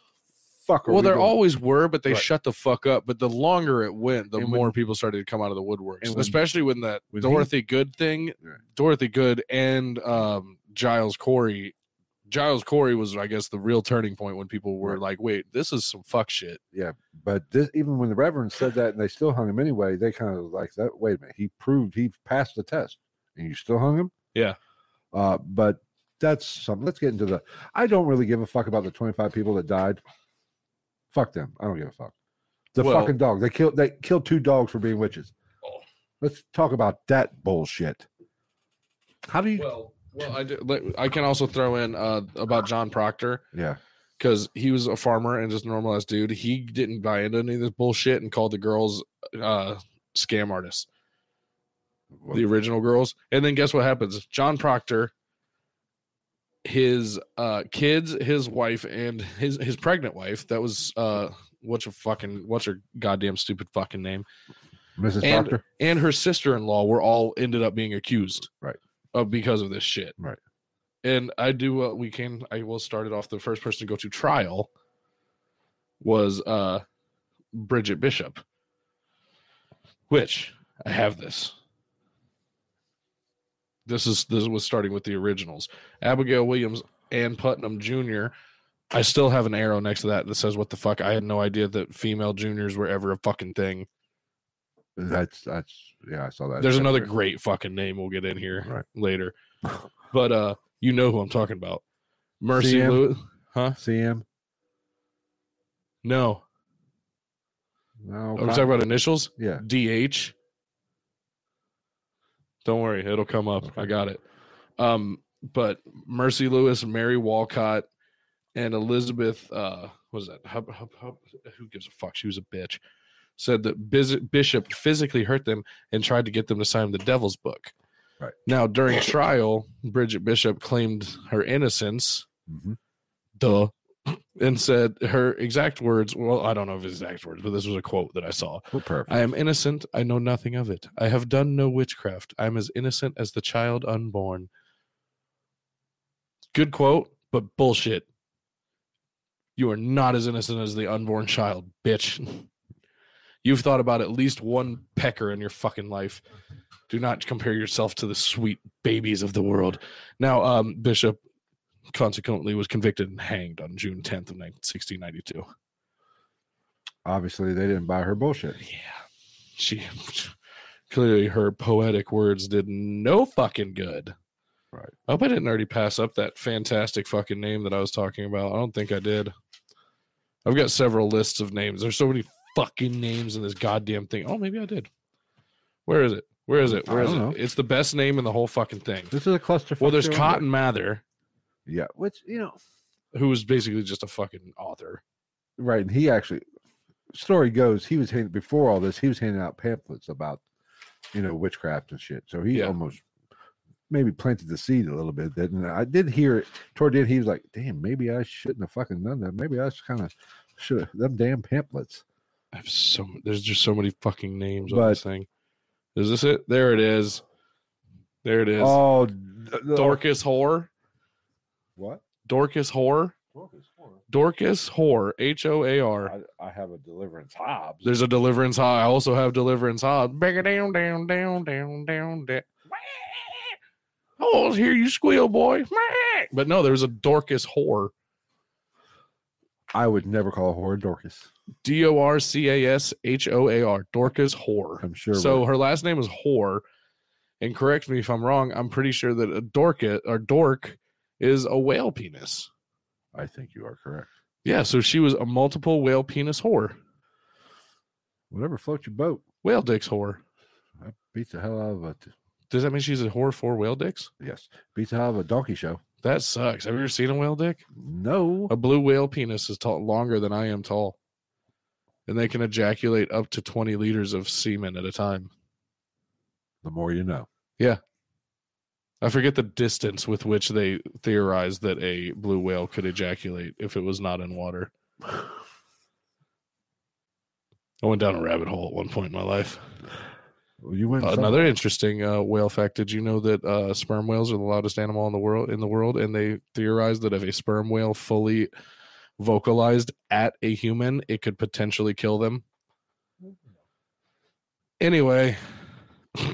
fuck?" Are well, we there doing?" always were, but they Right. shut the fuck up. But the longer it went, the And when- more people started to come out of the woodworks, and when- especially when that when he- Dorothy Good thing, Right. Dorothy Good and um, Giles Corey. Giles Corey was, I guess, the real turning point when people were Right. like, "Wait, this is some fuck shit." yeah. But this, even when the reverend said that, and they still hung him anyway, they kind of was like that. Wait a minute, he proved he passed the test, and you still hung him. Yeah. Uh, but that's something. Let's get into the. I don't really give a fuck about the twenty-five people that died. Fuck them. I don't give a fuck. The Well- fucking dog. They killed. They killed two dogs for being witches. Oh. Let's talk about that bullshit. How do you? Well, well, I do, like, I can also throw in uh, about John Proctor. yeah. because he was a farmer and just a normal ass dude. He didn't buy into any of this bullshit and called the girls uh, scam artists, Well, the original girls. And then guess what happens? John Proctor, his uh, kids, his wife, and his his pregnant wife. That was uh, what's her fucking what's her goddamn stupid fucking name? Mrs. and- Proctor. And her sister in law were all ended up being accused, Right. of because of this shit, Right. And I do what we can. I will start it off. The first person to go to trial was uh Bridget Bishop, which I have this. This is this was starting with the originals. Abigail Williams and Putnam Jr. I still have an arrow next to that that says what the fuck. I had no idea that female juniors were ever a fucking thing. That's that's yeah. I saw that. There's another Right. great fucking name we'll get in here Right. [laughs] later. But uh you know who I'm talking about. Mercy CM? Lewis. Huh? CM. No. No. I'm Pro- Oh, talking about initials. yeah. DH. Don't worry, it'll come up. I got it. Um, but Mercy Lewis, Mary Walcott, and Elizabeth, uh, what is that? Hub, hub, hub, who gives a fuck? She was a bitch. Said that Bis- Bishop physically hurt them and tried to get them to sign the Devil's Book. Right. Now, during trial, Bridget Bishop claimed her innocence Mhm. duh, and said her exact words. Well, I don't know if it's exact words, but this was a quote that I saw. We're perfect. I am innocent. I know nothing of it. I have done no witchcraft. I am as innocent as the child unborn. Good quote, but bullshit. You are not as innocent as the unborn child, bitch. [laughs] You've thought about at least one pecker in your fucking life. Do not compare yourself to the sweet babies of the world. Now, um, Bishop consequently was convicted and hanged on June 10th of 19- 1692. Obviously, they didn't buy her bullshit. Yeah. She clearly her poetic words did no fucking good. Right. I hope I didn't already pass up that fantastic fucking name that I was talking about. I don't think I did. I've got several lists of names. There's so many fucking names in this goddamn thing. Oh, maybe I did. Where is it? Where is it? I Where is it? don't know. It's the best name in the whole fucking thing. This is a cluster. Well, there's Cotton Mather, Yeah, which you know, who was basically just a fucking author. right? And he actually, story goes, he was hand, before all this, he was handing out pamphlets about, you know, witchcraft and shit. So he Yeah. almost maybe planted the seed a little bit. That and I did hear it toward the end. He was like, "Damn, maybe I shouldn't have fucking done that. Maybe I just kind of should have them damn pamphlets." I have so m- there's just so many fucking names on But- this thing. Is this it? There it is. There it is. Oh, d- d- Dorcas Whore. What? Dorcas Whore. Dorcas Whore, H O A R. I, I have a deliverance Hobbs. There's a Deliverance High. I also have Deliverance High. Bang it down, down, down, down, down, down. I always hear you squeal, boy. But no, there's a Dorcas Whore. I would never call a whore Dorcas. D O R C A S H O A R. Dorcas Whore. I'm sure. So her last name is Whore. And correct me if I'm wrong, I'm pretty sure that a dork or dork is a whale penis. I think you are correct. Yeah, so she was a multiple whale penis whore. Whatever floats your boat. Whale dicks whore. I beats the hell out of a t- Does that mean she's a whore for whale dicks? yes. Beats the hell out of a donkey show. That sucks. Have you ever seen a whale dick? No. A blue whale penis is tall, longer than I am tall, and they can ejaculate up to 20 liters of semen at a time. The more you know. I forget the distance with which they theorized that a blue whale could ejaculate if it was not in water. I went down a rabbit hole at one point in my life. Well, You went Another interesting uh, whale fact: Did you know that uh, sperm whales are the loudest animal in the world? In the world, and they theorized that if a sperm whale fully vocalized at a human, it could potentially kill them. Anyway,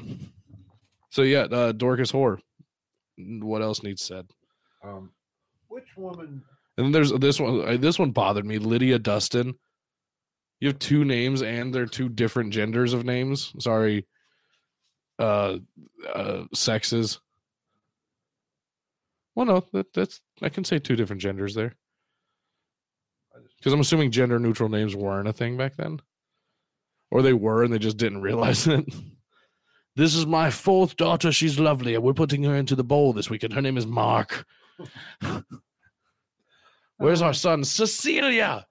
[laughs] so yeah, uh, Dorcas whore. What else needs said? Um, which woman? And then there's this one. uh, This one bothered me. Lydia Dustin. You have two names, and they're two different genders of names. Sorry, uh, uh sexes. Well, no, that, that's I can say two different genders there because I'm assuming gender neutral names weren't a thing back then, or they were and they just didn't realize [laughs] it. This is my fourth daughter. She's lovely, and we're putting her into the bowl this weekend. Her name is Mark. Where's our son? Cecilia!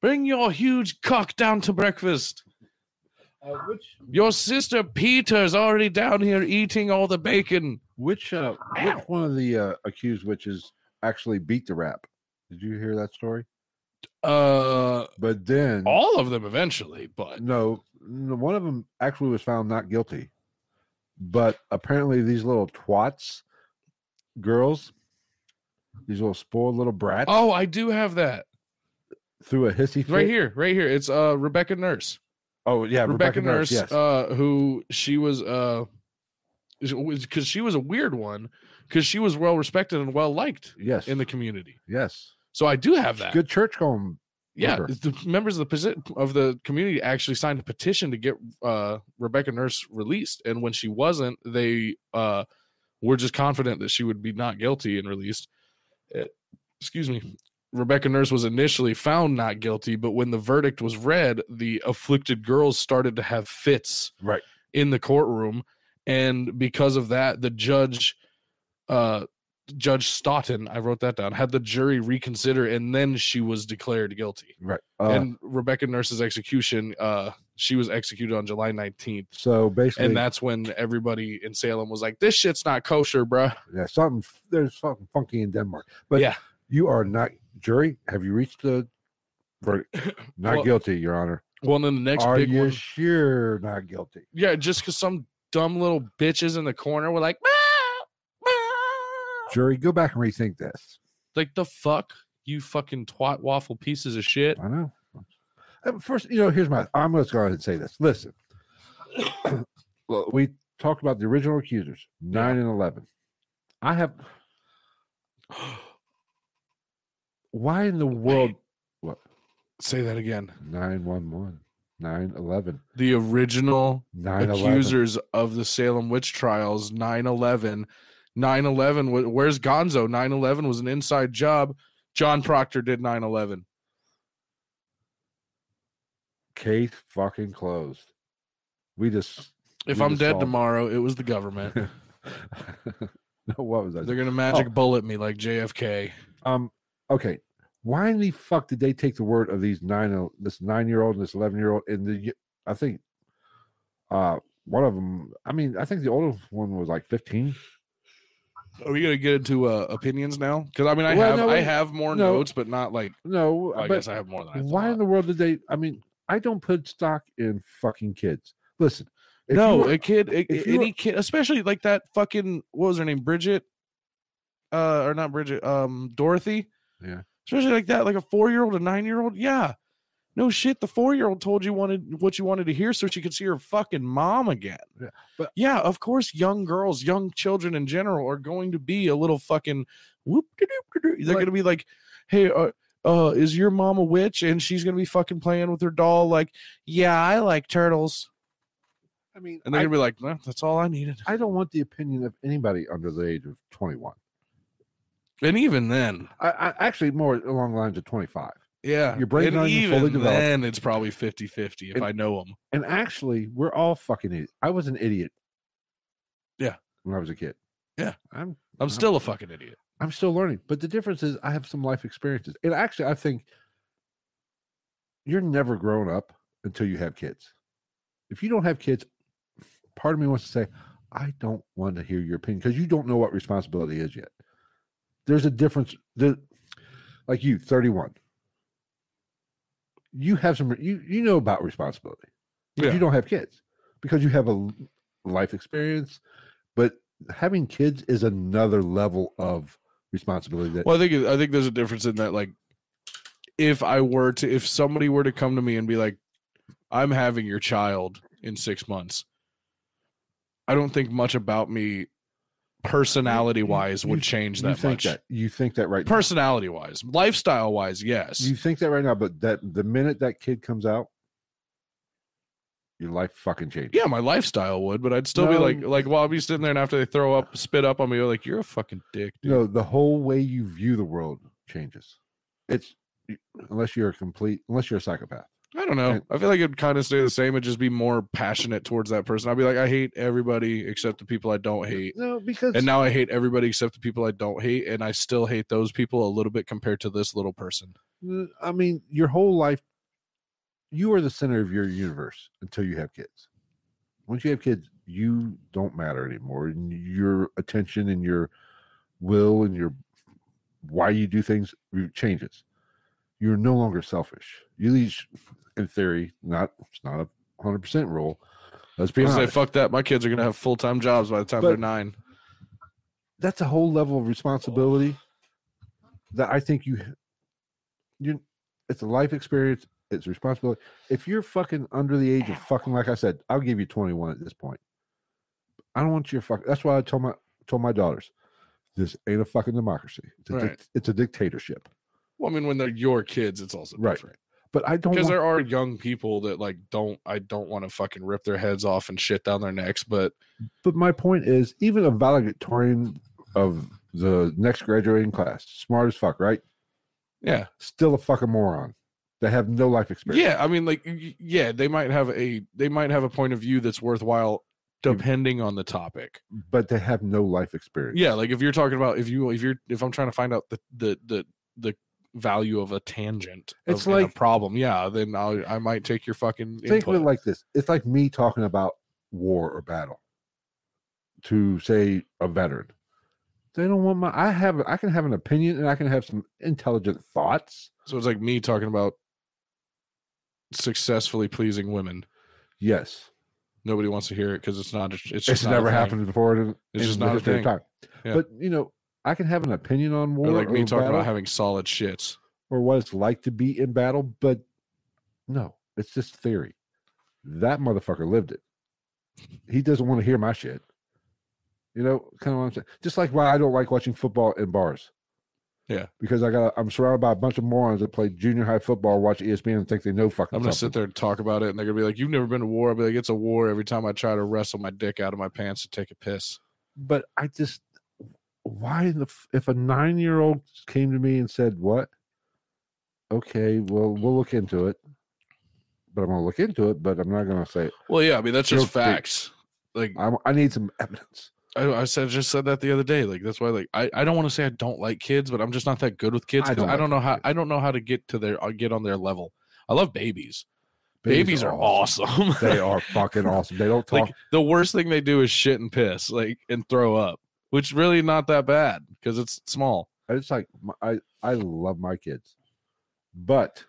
Bring your huge cock down to breakfast. Uh, which Your sister Peter's already down here eating all the bacon. which uh, which one of the uh, accused witches actually beat the rap? Did you hear that story? Uh, But then, all of them eventually, but no, no, one of them actually was found not guilty. But apparently, these little twats, girls, these little spoiled little brats, oh, I do have that threw a hissy fit. right here, right here. It's uh Rebecca Nurse. Oh yeah, Rebecca, Nurse, Yes. uh, who she was, uh, because she was a weird one, because she was well respected and well liked yes. in the community. yes. So I do have that. Good church going. yeah, member. the members of the posi- of the community actually signed a petition to get uh, Rebecca Nurse released, and when she wasn't, they uh, were just confident that she would be not guilty and released. Eh, excuse me. Rebecca Nurse was initially found not guilty, but when the verdict was read, the afflicted girls started to have fits Right. in the courtroom and because of that the judge uh judge stoughton i wrote that down had the jury reconsider and then she was declared guilty Right. Uh, and rebecca nurse's execution uh she was executed on july 19th so basically, and that's when everybody in salem was like this shit's not kosher bruh yeah, something f- there's something funky in Denmark. But Yeah. you are not jury. Have you reached the [coughs] verdict? Not Well, guilty, Your Honor. well and then the next are big you one sure not guilty? yeah just because some dumb little bitches in the corner were like "Ah, ah." Jury, go back and rethink this. like the fuck you fucking twat waffle pieces [gasps] of shit I know. And First, you know, here's my. I'm going to go ahead and say this. Listen, [coughs] well, we talked about the original accusers, nine and eleven. I have. Why in the world? What say that again nine one one, nine eleven, the original nine eleven? accusers of the Salem witch trials 9/11 9/11 wa- where's Gonzo 9/11 was an inside job John Proctor did 9/11 Case fucking closed. We just. if We I'm just dead saw- tomorrow it was the [laughs] government no, what was that? Uh, they're going to magic Oh. bullet me like JFK Um. Okay. Why in the fuck did they take the word of these nine, el- this nine-year-old and this eleven-year-old, and the, y- I think, uh, one of them. I mean, I think the older one was like fifteen. are we going to get into uh, opinions now cuz I mean I Well, have no, I wait. have more No. notes but not like No, well, I but guess I have more than I why in thought. the world did they? I mean, I don't put stock in fucking kids. Listen, if you no, were- a kid, a, if you were- any kid, especially like that fucking what was her name, Bridget, uh, or not Bridget, um, Dorothy. Yeah. especially like that, like a four year old, a nine year old. Yeah, no shit. The four year old told you wanted what you wanted to hear so she could see her fucking mom again. Yeah, but- yeah, of course, young girls, young children in general are going to be a little fucking whoop. They're Like- going to be like, hey. Uh, uh, is your mom a witch? And she's gonna be fucking playing with her doll. Like, yeah, I like turtles. I mean, And they're gonna be like, "Well, that's all I needed. I don't want the opinion of anybody under the age of 21. And even then, I, I actually more along the lines of 25. yeah, Your brain and not even even fully developed. then, it's probably 50 50 if And- I know them. And actually, we're all fucking idiots. I was an idiot. Yeah. When I was a kid. Yeah. I'm I'm still a fucking idiot. I'm still learning. But the difference is I have some life experiences. And actually I think you're never grown up until you have kids. If you don't have kids, part of me wants to say, I don't want to hear your opinion because you don't know what responsibility is yet. There's a difference. There, like you, 31. You have some you you know about responsibility. But Yeah. you don't have kids because you have a l- life experience. But having kids is another level of responsibility that Well, I think it- I think there's a difference in that. Like, if I were to, if somebody were to come to me and be like, "I'm having your child in six months," I don't think much about me, personality wise, you- would change you that think much. that you think that right now. Personality wise, lifestyle wise, yes. You think that right now, but that the minute that kid comes out, your life fucking changes. Yeah, my lifestyle would, but I'd still be No. like, like, well, I'll be sitting there, and after they throw up, spit up on me, they're like, you're a fucking dick, dude. You know, the whole way you view the world changes. It's unless you're a complete unless you're a psychopath. I don't know. Right. I feel like it'd kind of stay the same. It'd just be more passionate towards that person. I'd be like, I hate everybody except the people I don't hate. No, because And now I hate everybody except the people I don't hate. And I still hate those people a little bit compared to this little person. Mm, I mean, your whole life, you are the center of your universe until you have kids. Once you have kids, you don't matter anymore. And your attention and your will and your why you do things re- changes. You're no longer selfish. You least, in theory, not it's not a hundred percent rule. Let's be People say, honest. fuck that. My kids are going to have full time jobs by the time But- they're nine. that's a whole level of responsibility that I think you you it's a life experience, it's a responsibility. If you're fucking under the age of fucking like I said, I'll give you 21 at this point. I don't want your fuck that's why I told my told my daughters this ain't a fucking democracy. It's a, dic- Right. it's a dictatorship. Well, I mean, when they're your kids, it's also Right. different. But I don't Because want, there are young people that, like, don't, I don't want to fucking rip their heads off and shit down their necks. But but my point is even a valedictorian of the next graduating class, smart as fuck, right? yeah. Still a fucking moron. They have no life experience. Yeah. I mean, like, y- y- yeah, they might have a, they might have a point of view that's worthwhile depending on the topic. But they have no life experience. yeah like if you're talking about if you if you're if i'm trying to find out the the the, the value of a tangent of- It's in a like- problem yeah then I'll, i might take your fucking think of it input. like this it's like me talking about war or battle to say a veteran they don't want my i have i can have an opinion and i can have some intelligent thoughts so it's like me talking about successfully pleasing women yes nobody wants to hear it because it's not it's just it's not a never thing. happened before in, in It's just the not a history of thing. time Yeah. but you know i can have an opinion on war or or, like me talking battle about having solid shits or what it's like to be in battle but no it's just theory that motherfucker lived it he doesn't want to hear my shit you know kind of what i'm saying just like why i don't like watching football in bars Yeah. because i got i'm surrounded by a bunch of morons that play junior high football watch E espn and think they know fucking i'm gonna sit something. there and talk about it and they're gonna be like you've never been to war i'll be like it's a war every time i try to wrestle my dick out of my pants to take a piss but i just why in the f- if a nine year old came to me and said what okay well we'll look into it but i'm gonna look into it but i'm not gonna say well yeah i mean that's Guilt just trip. facts like i, I need some evidence I, I said just said that the other day. Like that's why like I, I don't want to say I don't like kids, but I'm just not that good with kids I 'cause don't I like don't, know kids how either. I don't know how to get to their uh, get on their level. I love babies. Babies, are awesome. [laughs] they are fucking awesome. They don't talk. [laughs] like the worst thing they do is shit and piss, like and throw up, which really not that bad because it's small. it's like my, I I love my kids, but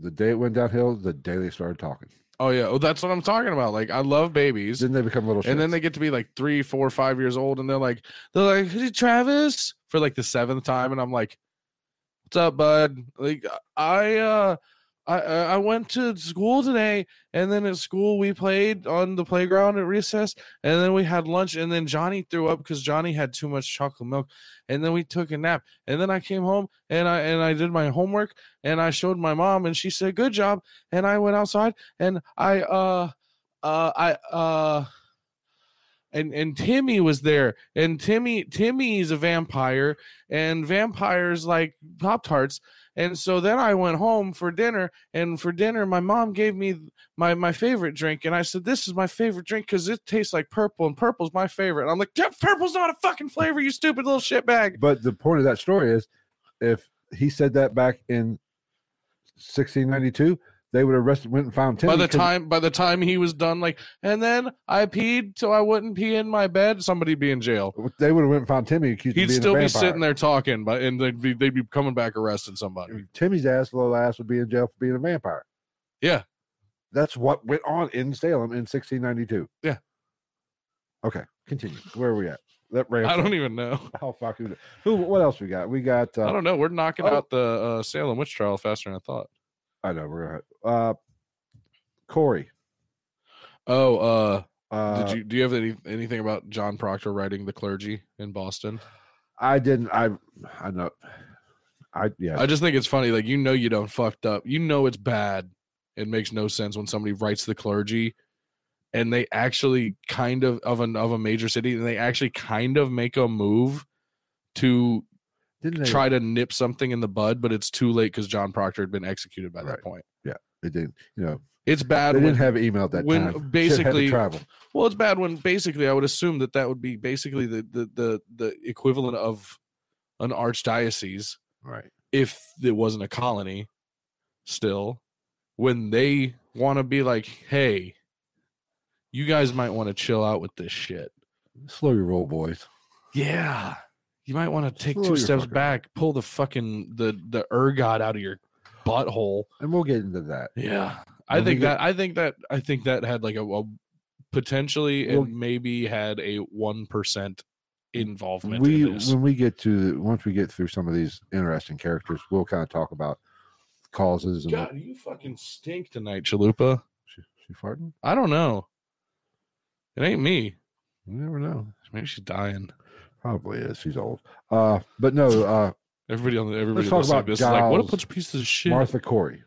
the day it went downhill, the day they started talking, Oh yeah, oh that's what I'm talking about. Like I love babies, then they become little. and then shits. they get to be like three, four, five years old, and they're like they're like "Hey, Travis for like the seventh time, and I'm like, what's up, bud? Like I uh I I I went to school today, and then at school we played on the playground at recess, and then we had lunch, and then Johnny threw up because Johnny had too much chocolate milk, and then we took a nap, and then I came home and I and I did my homework, and I showed my mom, and she said good job, and I went outside, and I uh uh I uh and and Timmy was there, and Timmy Timmy's a vampire, and vampires like Pop Tarts. And so then I went home for dinner, and for dinner my mom gave me my my favorite drink, and I said, "This is my favorite drink because it tastes like purple, and purple's my favorite." And I'm like, "Yeah, "Purple's not a fucking flavor, you stupid little shitbag." But the point of that story is, if he said that back in 1692, they would have arrested, went and found Timmy. By the 'cause- time by the time he was done, like, and then I peed so I wouldn't pee in my bed. Somebody be in jail. they would have went and found Timmy. Accused He'd still be sitting there talking, but and they'd be they'd be coming back arresting somebody. Timmy's ass, little ass, would be in jail for being a vampire. Yeah. that's what went on in Salem in 1692. Yeah. Okay, continue. Where are we at? That ran. I don't even know. How fuck who? Who? What else we got? We got. Uh, I don't know. We're knocking oh. out the uh, Salem witch trial faster than I thought. I know we're gonna. Uh, Corey. Oh, uh, Uh, did you do you have any anything about John Proctor writing the clergy in Boston? I didn't. I. I know. I yeah. I just think it's funny. Like you know, you done fucked up. You know it's bad. It makes no sense when somebody writes the clergy, and they actually kind of of an of a major city, and they actually kind of make a move to didn't they? try to nip something in the bud, but it's too late because John Proctor had been executed by that Right. point. They didn't. You know. It's They bad didn't when have email at that when time. Shit had to basically- travel. Well, it's bad when basically I would assume that that would be basically the the the, the equivalent of an archdiocese Right. if it wasn't a colony. Still, when they want to be like, hey, you guys might want to chill out with this shit. Slow your roll, boys. Yeah, you might want to take Slow two your steps fucker. back, pull the fucking the the ergot out of your butthole. And we'll get into that. Yeah, I When we think get- that I think that I think that had like a, a potentially Well- and maybe had a one percent involvement. we in this. when we get to once we get through some of these interesting characters, we'll kind of talk about causes and what, God, you fucking stink tonight, Chalupa. she, she farting. I don't know. It ain't me. You never know. Maybe she's dying. Probably is. She's old. Uh, but no, [laughs] uh, Everybody on the everybody talk listening about to this is like, what a Giles, bunch of pieces of shit. Martha Corey.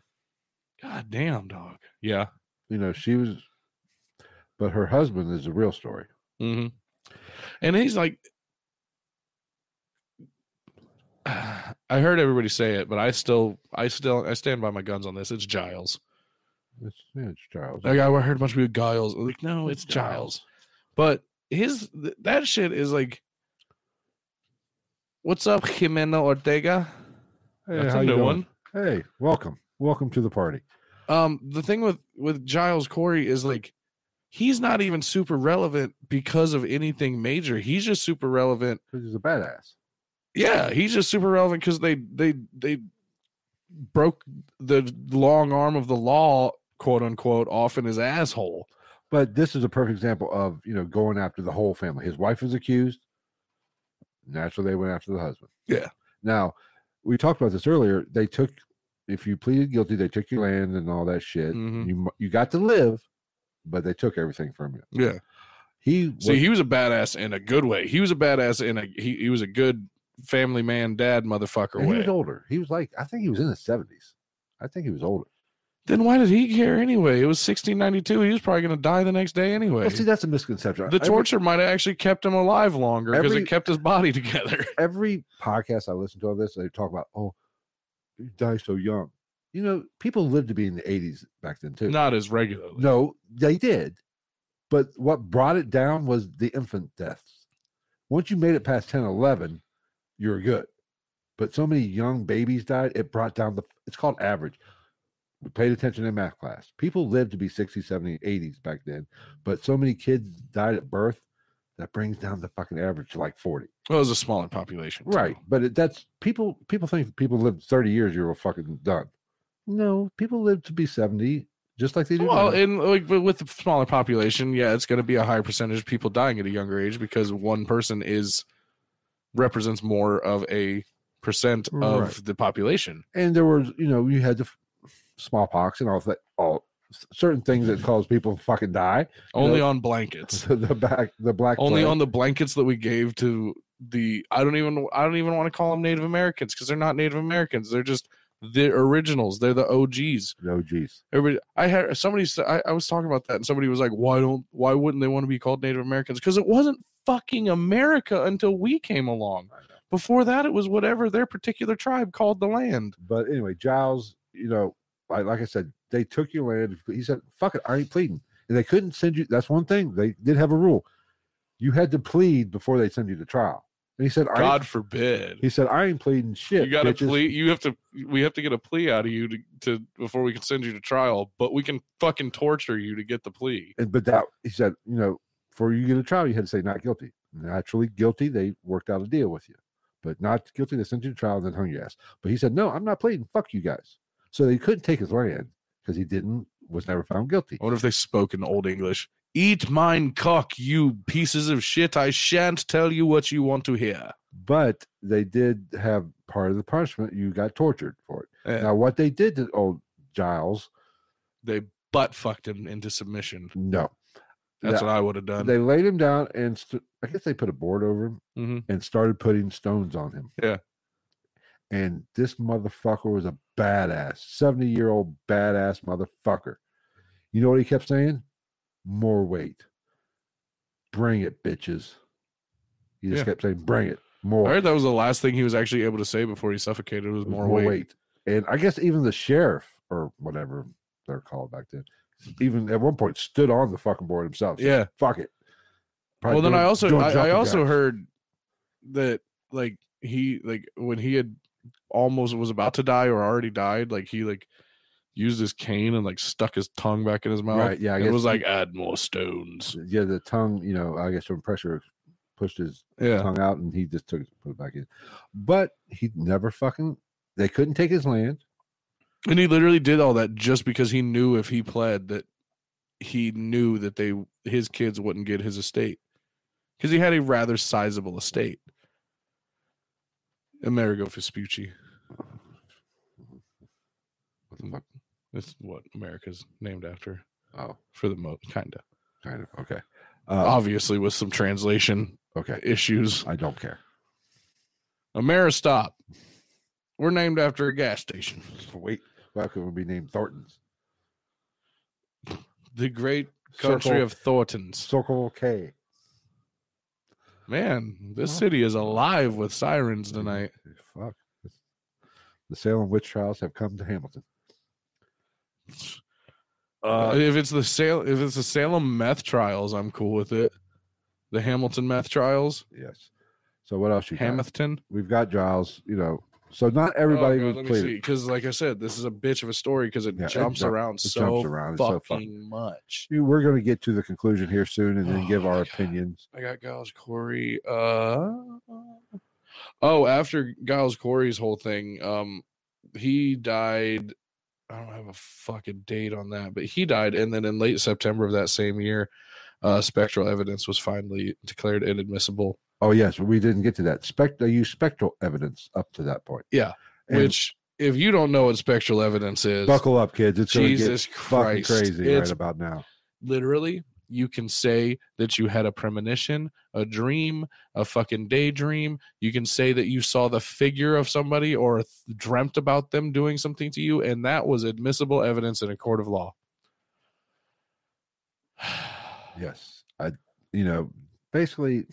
God damn, dog. Yeah. You know she was, but her husband is the real story. hmm And he's like, [sighs] I heard everybody say it, but I still, I still, I stand by my guns on this. It's Giles. It's, yeah, it's Giles. Like I heard a bunch of people Giles. I'm Like no, it's It's Giles. Giles. But his th- that shit is like, what's up, Jimena Ortega? Hey, That's how a you new doing? one. Hey, welcome, welcome to the party. Um, the thing with with Giles Corey is like, he's not even super relevant because of anything major. He's just super relevant. This is a badass. Yeah, he's just super relevant because they they they broke the long arm of the law, quote unquote, off in his asshole. But this is a perfect example of you know going after the whole family. His wife was accused. Naturally, they went after the husband. Yeah. Now, we talked about this earlier. They took, if you pleaded guilty, they took your land and all that shit. Mhm. You mu- you got to live, but they took everything from you. Yeah. He was, See, he was a badass in a good way. He was a badass in a he, he was a good family man, dad, motherfucker and he way. was older. He was like I think he was in his seventies. I think he was older. then why did he care anyway? It was 1692. He was probably going to die the next day anyway. Well, see, that's a misconception. the Every- torture might have actually kept him alive longer because Every- it kept his body [laughs] together. every podcast I listen to of this, they talk about oh, you die so young. You know, people lived to be in the eighties back then too. Not as regularly. No, they did. But what brought it down was the infant deaths. Once you made it past 10, 11, you're good. But so many young babies died, it brought down the, it's called average. We paid attention in math class. People lived to be 60, 70, 80s back then. But so many kids died at birth, that brings down the fucking average to like 40. Well, it was a smaller population. too. Right. But it, that's, people, people think people lived 30 years, you were fucking done. No, people lived to be 70, just like they do. Well, now. and like but with the smaller population, yeah, it's going to be a higher percentage of people dying at a younger age because one person is represents more of a percent of Right. the population. and there was you know you had the f- smallpox and all that all s- certain things that caused people to fucking die [laughs] Only know- [laughs] on blankets. so the back the black Only plague. on the blankets that we gave to the I don't even I don't even want to call them Native Americans because they're not Native Americans. They're just the originals. They're the OGs. no jeez Everybody, I had somebody. s- I, I was talking about that, and somebody was like, "Why don't? Why wouldn't they want to be called Native Americans? Because it wasn't fucking America until we came along. I know. Before that, it was whatever their particular tribe called the land. but anyway giles you know like, like i said they took your land he said fuck it i ain't pleading and they couldn't send you that's one thing they did have a rule you had to plead before they send you to trial and he said I ain't, God forbid. he said i ain't pleading shit you got to bitches." plea. You have to. We have to get a plea out of you to, to before we can send you to trial. But we can fucking torture you to get the plea. and but that he said you know before you get a trial you had to say not guilty naturally guilty they worked out a deal with you but not guilty they sent you to trial and then hung your ass but he said no i'm not pleading fuck you guys so they couldn't take his land because he didn't was never found guilty I wonder if they spoke in old English. Eat mine cock, you pieces of shit. I shan't tell you what you want to hear. but they did have part of the punishment you got tortured for it Yeah. now what they did to old giles They butt fucked him into submission. no That's That- what I would have done. they laid him down and st- i guess they put a board over him Mhm. and started putting stones on him. Yeah. And this motherfucker was a badass, 70 year old badass motherfucker. You know what he kept saying? More weight. Bring it, bitches. He just Yeah. kept saying, bring it. I More, heard that was the last thing he was actually able to say before he suffocated was It was more, weight. And I guess even the sheriff or whatever they're called back then, even at one point stood on the fucking board himself. said, Yeah. Fuck it. well, Probably then doing- I also doing I, I jumping also jacks. heard that like he like when he had almost was about to die or already died, like he like used his cane and like stuck his tongue back in his mouth. Right. Yeah. I and guess it was he- like add more stones. yeah, the tongue, you know, I guess from pressure pushed his Yeah. tongue out and he just took it, put it back in. But he never fucking, they couldn't take his land. And he literally did all that just because he knew if he pled that he knew that they his kids wouldn't get his estate because he had a rather sizable estate. Amerigo Vespucci. What the fuck? That's what America's named after Oh, for the most kind of kind of. Okay. Uh, obviously with some translation okay. issues. I don't care. Ameristop. We're named after a gas station. Wait. Why could we be named Thornton's? The great country Circle- of Thorntons. Circle K. Man, this city is alive with sirens tonight. Fuck. The Salem witch trials have come to Hamilton. Uh, if it's the Sal- if it's the Salem meth trials, I'm cool with it. The Hamilton meth trials, Yes. So what else you got? Hamilton. We've got Giles, you know. So not everybody oh, was God, let me pleaded. see. Because, like I said, this is a bitch of a story because it Yeah, it jumps jump- around it so jumps around, it's so fucking fucking- much. You- We're going to get to the conclusion here soon and then Oh give my our God. opinions. I got Giles Corey. Uh, oh, after Giles Corey's whole thing, um, he died. I don't have a fucking date on that, but he died, and then in late September of that same year, uh, spectral evidence was finally declared inadmissible. Oh yes, we didn't get to that. Spect they use spectral evidence up to that point. Yeah, And which, if you don't know what spectral evidence is, buckle up, kids. It's gonna Jesus get fucking Christ, crazy it's right about now. literally you can say that you had a premonition a dream a fucking daydream you can say that you saw the figure of somebody or th- dreamt about them doing something to you and that was admissible evidence in a court of law [sighs] Yes, I. You know, basically,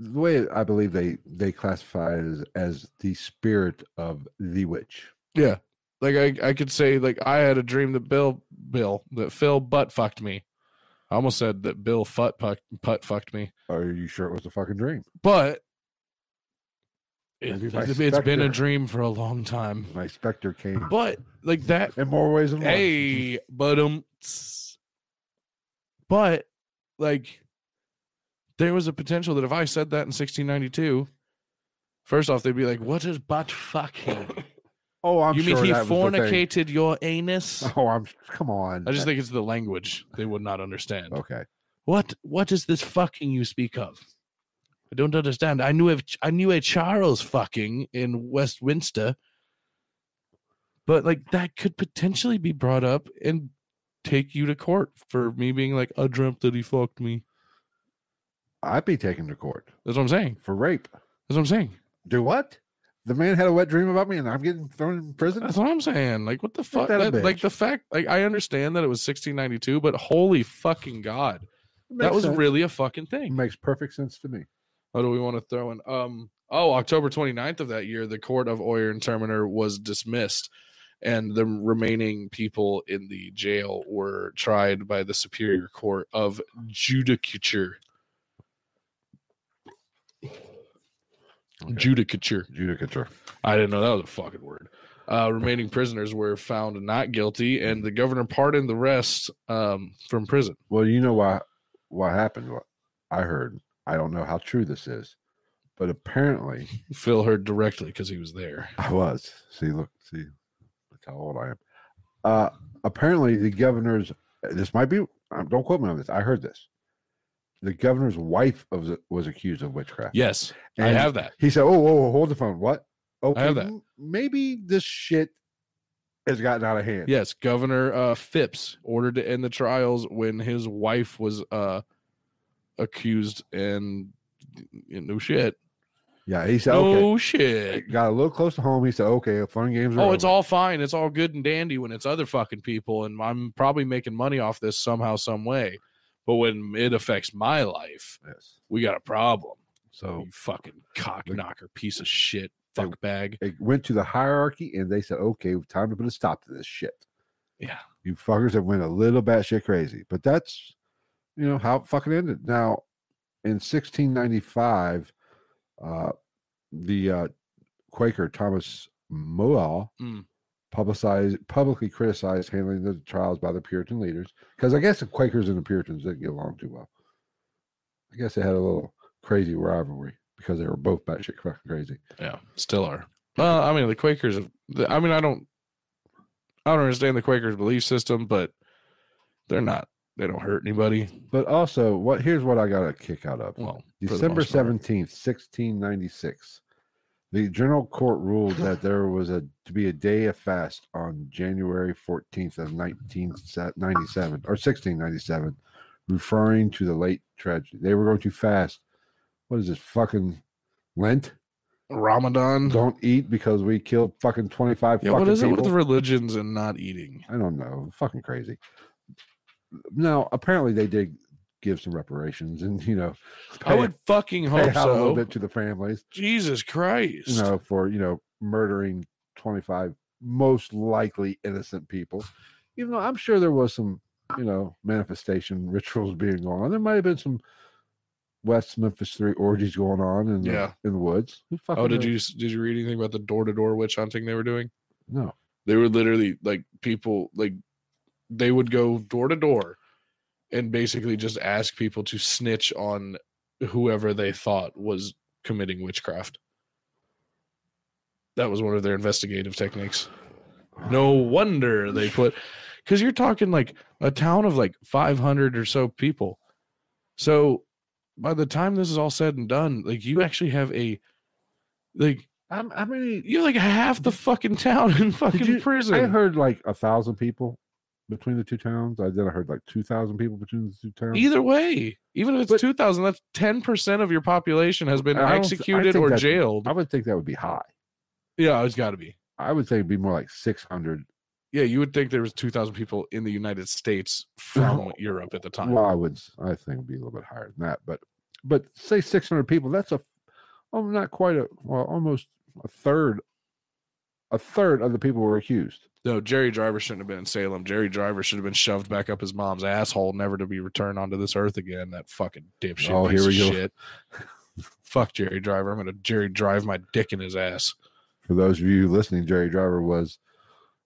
the way I believe they they classify it is as the spirit of the witch. like I, I could say like i had a dream that bill bill that phil butt fucked me i almost said that bill futt puck, putt fucked me Are you sure it was a fucking dream? but it, Maybe my it's been a specter. dream for a long time My specter came but like that in more ways than one. Hey, but um, but like, there was a potential that if I said that in 1692, first off, they'd be like, "What is butt fucking? oh, [laughs] I'm you sure mean he that was the thing. fornicated your anus?" [laughs] Oh, I'm. Come on. I just think it's the language they would not understand. Okay. What What is this fucking you speak of? I don't understand. I knew a, I knew a Charles fucking in West Winster, but like that could potentially be brought up and take you to court for me being like I dreamt that he fucked me. I'd be taken to court That's what I'm saying. for rape. That's what I'm saying. Do what? The man had a wet dream about me, and I'm getting thrown in prison. That's what I'm saying. Like what the fuck? that a That- like bitch. the fact. Like I understand that it was 1692, but holy fucking god, that Makes was sense. really a fucking thing. makes perfect sense to me. What do we want to throw in? Um, oh, October 29th of that year, the court of Oyer and Terminer was dismissed, and the remaining people in the jail were tried by the Superior Court of Judicature. Okay. Judicature. Judicature. I didn't know that was a fucking word. Uh, remaining prisoners were found not guilty, and the governor pardoned the rest um, from prison. Well, you know why what happened? What I heard. I don't know how true this is, but apparently Phil heard directly because he was there. I was. See, look, see, look how old I am. Uh, apparently, the governor's. This might be. um, Don't quote me on this. I heard this. The governor's wife of the, was accused of witchcraft. Yes, I And have that. He said, "Oh, whoa, whoa, hold the phone. What? Okay, have that. m- maybe this shit has gotten out of hand. Yes, Governor uh, Phipps ordered to end the trials when his wife was uh, accused and you know, no shit. yeah." He said, "Okay." No shit. Got a little close to home. He said, "Okay, fun games." Are Oh, it's over." all fine. It's all good and dandy when it's other fucking people, and I'm probably making money off this somehow, some way. But when it affects my life, Yes. we got a problem. So You fucking cock knocker, piece of shit, fuck bag. it went to the hierarchy, and they said, "Okay, time to put a stop to this shit." Yeah. you fuckers have went a little batshit crazy. But that's you know how it fucking ended. Now in 1695, uh, the uh, Quaker Thomas Moell Mm. publicized publicly criticized handling the trials by the Puritan leaders because I guess the Quakers and the Puritans didn't get along too well. I guess they had a little crazy rivalry because they were both batshit fucking crazy. Yeah, still are. Well, I mean, the Quakers. Have, the- I mean, I don't, I don't understand the Quakers' belief system, but they're not. They don't hurt anybody. But also, what here's what I got a kick out of. Well, for the December most part. seventeenth, sixteen ninety-six. The general court ruled [laughs] that there was a to be a day of fast on January fourteenth of nineteen ninety-seven or sixteen ninety-seven, referring to the late tragedy. They were going to fast. What is this fucking Lent? Ramadan. Don't eat because we killed fucking twenty-five. Mm-hmm. yeah, fucking what is it people. with religions and not eating? I don't know. Fucking crazy. No, apparently they did give some reparations, and you know, I would fucking pay hope out a little so. bit to the families. Jesus you Christ! know, for you know, murdering 25 most likely innocent people. Even though I'm sure there was some, you know, manifestation rituals being going on. There might have been some West Memphis three orgies going on in the, Yeah. in the woods. Who Oh, fucking did knows? you did you read anything about the door to door witch hunting they were doing? No. They were literally like people like they would go door to door and basically just ask people to snitch on whoever they thought was committing witchcraft. That was one of their investigative techniques. No wonder they put cuz you're talking like a town of like 500 or so people. So by the time this is all said and done, like you actually have a like I'm, I mean, you're like half the fucking town in fucking you- prison. I heard like a thousand people between the two towns. I then I heard like 2,000 people between the two towns. Either way, even if it's But- 2000, that's 10% of your population has been I don't th- I executed think or that's- jailed. I would think that would be high. yeah, it's got to be. I would say it'd be more like 600. Yeah, you would think there was 2000 people in the United States from Europe at the time. Well, I would, s- I think, it'd be a little bit higher than that, but but say six hundred people. That's a, oh, not quite a, well, almost a third, a third of the people were accused. no, Jerry Driver shouldn't have been in Salem. Jerry Driver should have been shoved back up his mom's asshole, never to be returned onto this earth again. That fucking dipshit. Oh, piece here we go. of Shit. [laughs] Fuck Jerry Driver. I'm going to Jerry Drive my dick in his ass. For those of you listening, Jerry Driver was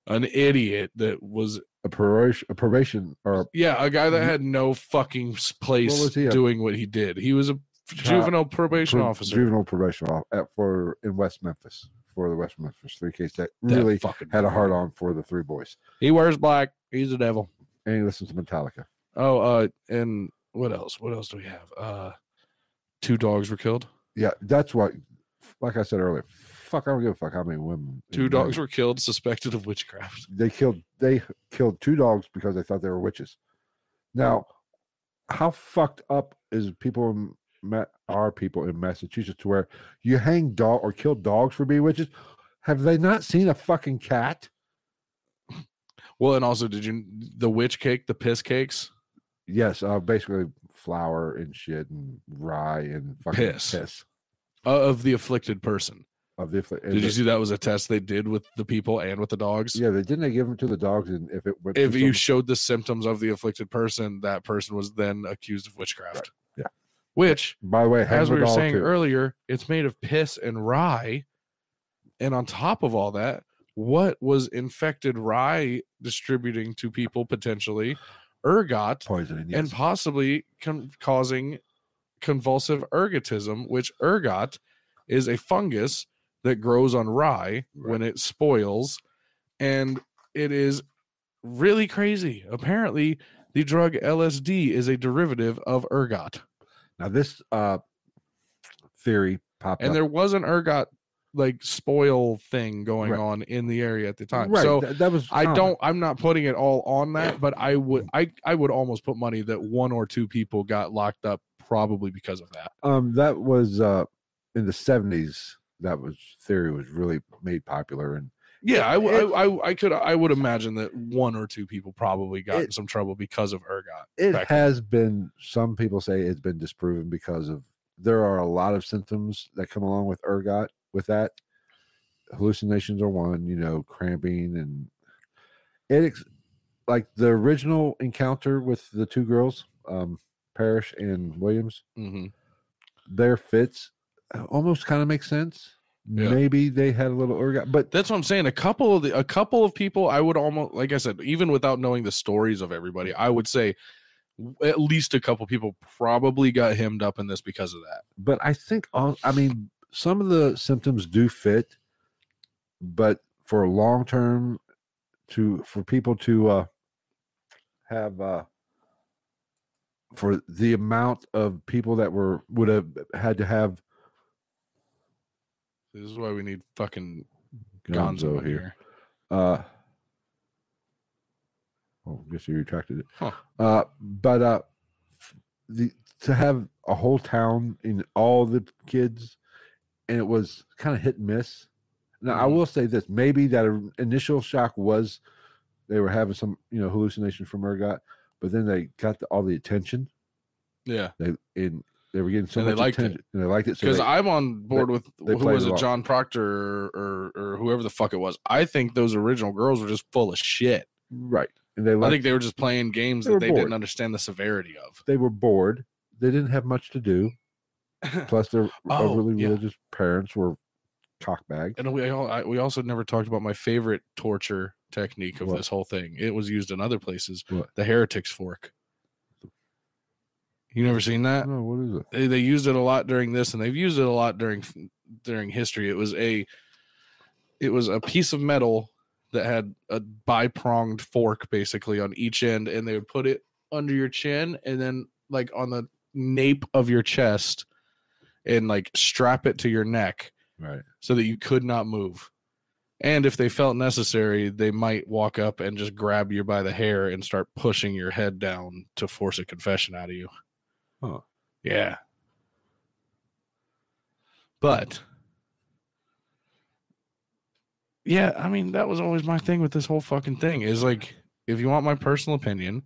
An idiot that was, a probation, a probation or yeah, a guy that Mhm. had no fucking s- place was he, a- doing what he did. He was a juvenile probation pro- officer. juvenile probation off at, for in West Memphis for the West Memphis three case that That really fucking had a hard on for the three boys, He wears black. He's a devil. and he listened to Metallica. Oh, uh, and what else? What else do we have? Uh, two dogs were killed. yeah, that's why. Like I said earlier, fuck, I don't give a fuck how many women. in Two Maine- dogs were killed suspected of witchcraft. They killed. They killed two dogs because they thought they were witches. Now, how fucked up is people in Ma- are people in Massachusetts to where you hang dog or kill dogs for being witches? Have they not seen a fucking cat? Well, and also, did you the witch cake, the piss cakes? Yes, uh, basically flour and shit and rye and fucking Piss. piss, Uh, of the afflicted person. of the. affli- and Did you the- see that was a test they did with the people and with the dogs? Yeah, they didn't they give them to the dogs, and if it went If to you some- showed the symptoms of the afflicted person, that person was then accused of witchcraft. Yeah. Which, by the way, hang as the we were dog saying too. earlier, it's made of piss and rye. And on top of all that, what was infected rye distributing to people potentially? Ergot poisoning, yes. and possibly con- causing convulsive ergotism, which ergot is a fungus that grows on rye when it spoils. And it is really crazy. Apparently, the drug LSD is a derivative of ergot. now this uh theory popped And up. there was an ergot like spoil thing going Right. on in the area at the time. right, So tha- that was I common. Mm. don't. I'm not putting it all on that, but I would. I I would almost put money that one or two people got locked up probably because of that. Um, that was uh in the seventies. That was theory was really made popular, and Yeah, I w- I- It- I, I could. I would imagine that one or two people probably got in It- some trouble because of ergot. it Back then. has been. Some people say it's been disproven because of there are a lot of symptoms that come along with ergot. With that, hallucinations are one. You know, cramping and it ex- like the original encounter with the two girls, um, Parrish and Williams. hmm their fits uh, almost kind of makes sense. Yeah. Maybe they had a little ergot, but That's what I'm saying. A couple of the, a couple of people, I would almost like I said, even without knowing the stories of everybody, I would say w- at least a couple people probably got hemmed up in this because of that. but I think all I mean some of the symptoms do fit, but for long term, to for people to uh, have uh, for the amount of people that were would have had to have This is why we need fucking Gonzo, here. Uh, well, I guess you retracted it. Huh. Uh, but uh, f- the to have a whole town in all the kids, and it was kind of hit and miss. Now I Mhm. will say this: maybe that or- initial shock was they were having some, you know, hallucination from ergot, but then they got the, all the attention. Yeah. They and they were getting so And they much liked it. attention, and they liked it. So because they- I'm on board with they who played was it it, off. John Proctor or, or or whoever the fuck it was. I think those original girls were just full of shit. right, and they I liked, think they were just playing games They that were they didn't bored. understand the severity of. they were bored. They didn't have much to do. Plus, their Oh, overly yeah. religious parents were cockbagged. [laughs] and we all, I, we also never talked about my favorite torture technique of What? this whole thing. It was used in other places. What? The heretic's fork. You never seen that? No, what is it? they, they used it a lot during this and they've used it a lot during during history it was a it was a piece of metal that had a bi-pronged fork basically on each end and they would put it under your chin and then like on the nape of your chest and like strap it to your neck Right. so that you could not move and if they felt necessary they might walk up and just grab you by the hair and start pushing your head down to force a confession out of you Huh. yeah. But yeah, I mean that was always my thing with this whole fucking thing is like if you want my personal opinion,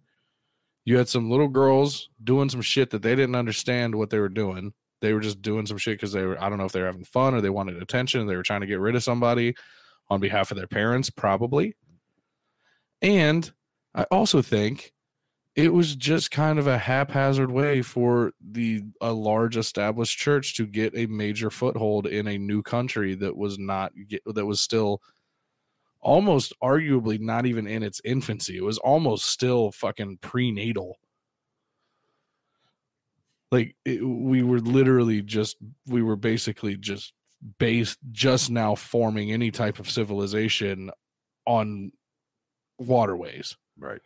you had some little girls doing some shit that they didn't understand what they were doing. They were just doing some shit because they were I don't know if they were having fun or they wanted attention or they were trying to get rid of somebody on behalf of their parents, probably. And I also think it was just kind of a haphazard way for the a large established church to get a major foothold in a new country that was not get- that was still almost arguably not even in its infancy it was almost still fucking prenatal like it, we were literally just we were basically just based just now forming any type of civilization on waterways Right.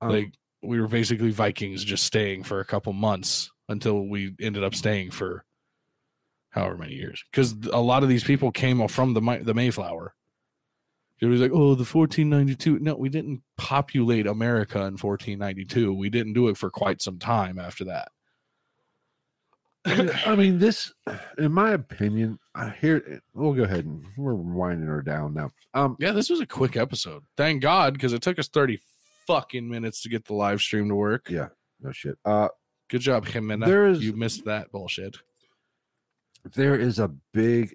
Um, like we were basically Vikings just staying for a couple months until we ended up staying for however many years because a lot of these people came off from the May- the Mayflower. It was like, oh, the 1492. No, we didn't populate America in 1492. We didn't do it for quite some time [laughs] after that. I mean- I mean, this, in my opinion, I hear. eh, We'll go ahead and we're winding her down now. Um, Yeah, this was a quick episode. Thank God, because it took us 30 fucking minutes to get the live stream to work. yeah, no shit. Uh, Good job, Jimena. There is- you missed that bullshit. there is a big,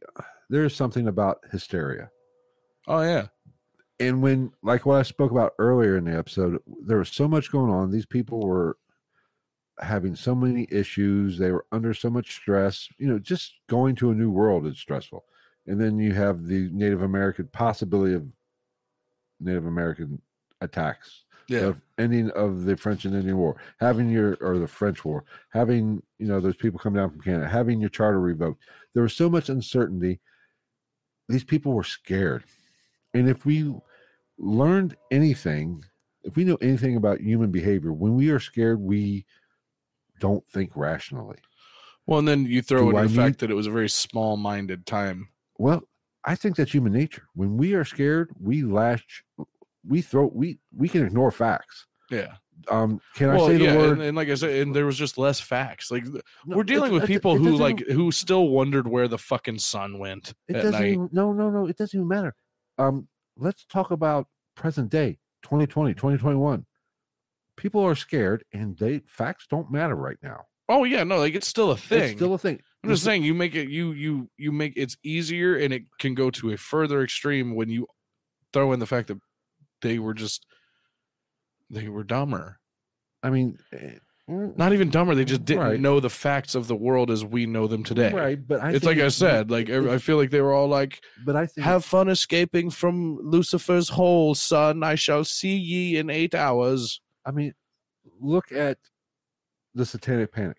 there is something about hysteria, Oh yeah. and when, like, what I spoke about earlier in the episode, there was so much going on. These people were having so many issues. They were under so much stress. You know, just going to a new world is stressful, and then you have the Native American possibility of Native American attacks Yeah. of ending of the French and Indian War, having your or the French War, having you know those people come down from Canada, having your charter revoked. There was so much uncertainty. These people were scared, and if we learned anything, if we know anything about human behavior, when we are scared, we don't think rationally. Well, and then you throw Do in I the need- fact that it was a very small minded time. Well, I think that's human nature. When we are scared, we lash, we throw, we we can ignore facts. Yeah. Um, can well, I say the yeah, word? and, and like I said, and there was just less facts. Like No, we're it's- dealing with it's- people it who doesn't like who still wondered where the fucking sun went It at doesn't night. even no no no it doesn't even matter. Um let's talk about present day 2020 2021. People are scared and they facts don't matter right now. Oh yeah, no, like it's still a thing. It's still a thing. I'm just saying you make it you you you make it's easier and it can go to a further extreme when you throw in the fact that they were just they were dumber. I mean eh, mm, Not even dumber, they just didn't Right. know the facts of the world as we know them today. Right, but I it's think like I it's- said, like I I it's- feel like they were all like, but I think "Have fun escaping from Lucifer's hole, son. I shall see ye in eight hours." I mean look at the satanic panic.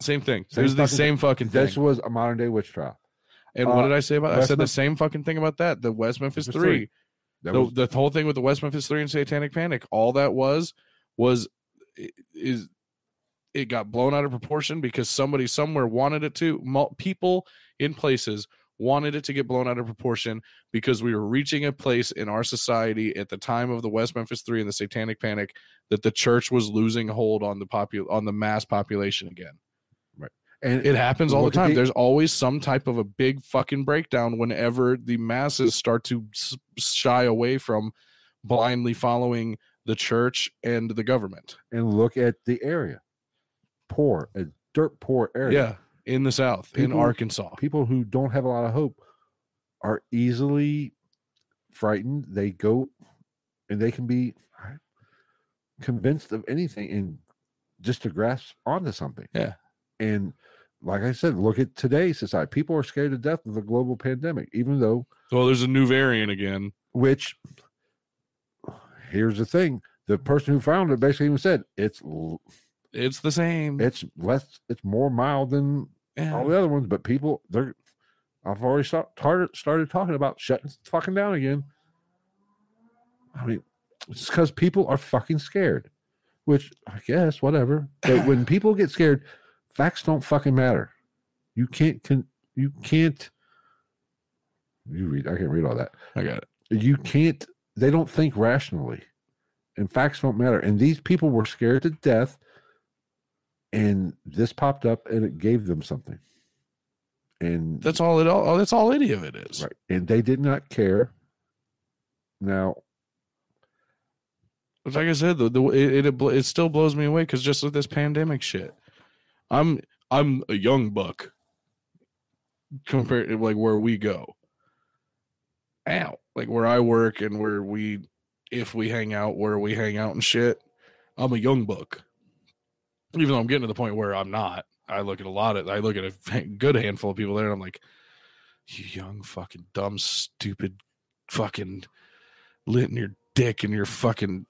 Same thing. Same it was the fucking same fucking thing. This was a modern day witch trial. and what uh, did I say about? it? I West said the Mem- same fucking thing about that. The West Memphis Memphis Three. Three. That the, was, the whole thing with the West Memphis Three and Satanic Panic, all that was was i- is it got blown out of proportion because somebody somewhere wanted it to. Mul- People in places wanted it to get blown out of proportion because we were reaching a place in our society at the time of the West Memphis Three and the Satanic Panic that the church was losing hold on the popu- on the mass population again. and It happens all the Look at time. the- There's always some type of a big fucking breakdown whenever the masses start to s- shy away from blindly following the church and the government. and look at the area. Poor, a dirt poor area. Yeah, in the South, in People- Arkansas. people who don't have a lot of hope are easily frightened. They go and they can be convinced of anything and just to grasp onto something. Yeah. And like I said, look at today's society. People are scared to death of the global pandemic, even though, Well, there's a new variant again. which here's the thing the person who found it basically even said it's l- It's the same. it's less it's more mild than Yeah. all the other ones, but people they're I've already start, started started talking about shutting fucking down again. I mean, it's because people are fucking scared, which I guess whatever. But when people get scared, facts don't fucking matter. You can't can you can't you read I can't read all that. I got it. You can't they don't think rationally. And facts don't matter. And these people were scared to death. And this popped up and it gave them something. And That's all it all that's all any of it is. right. And they did not care. Now, But like I said, the, the it, it bl- it still blows me away because just with this pandemic shit, I'm I'm a young buck compared to like where we go. Out like where I work and where we, if we hang out, where we hang out and shit, I'm a young buck. Even though I'm getting to the point where I'm not, I look at a lot of I look at a [laughs] good handful of people there, and I'm like, you young fucking dumb stupid fucking lit in your dick and your fucking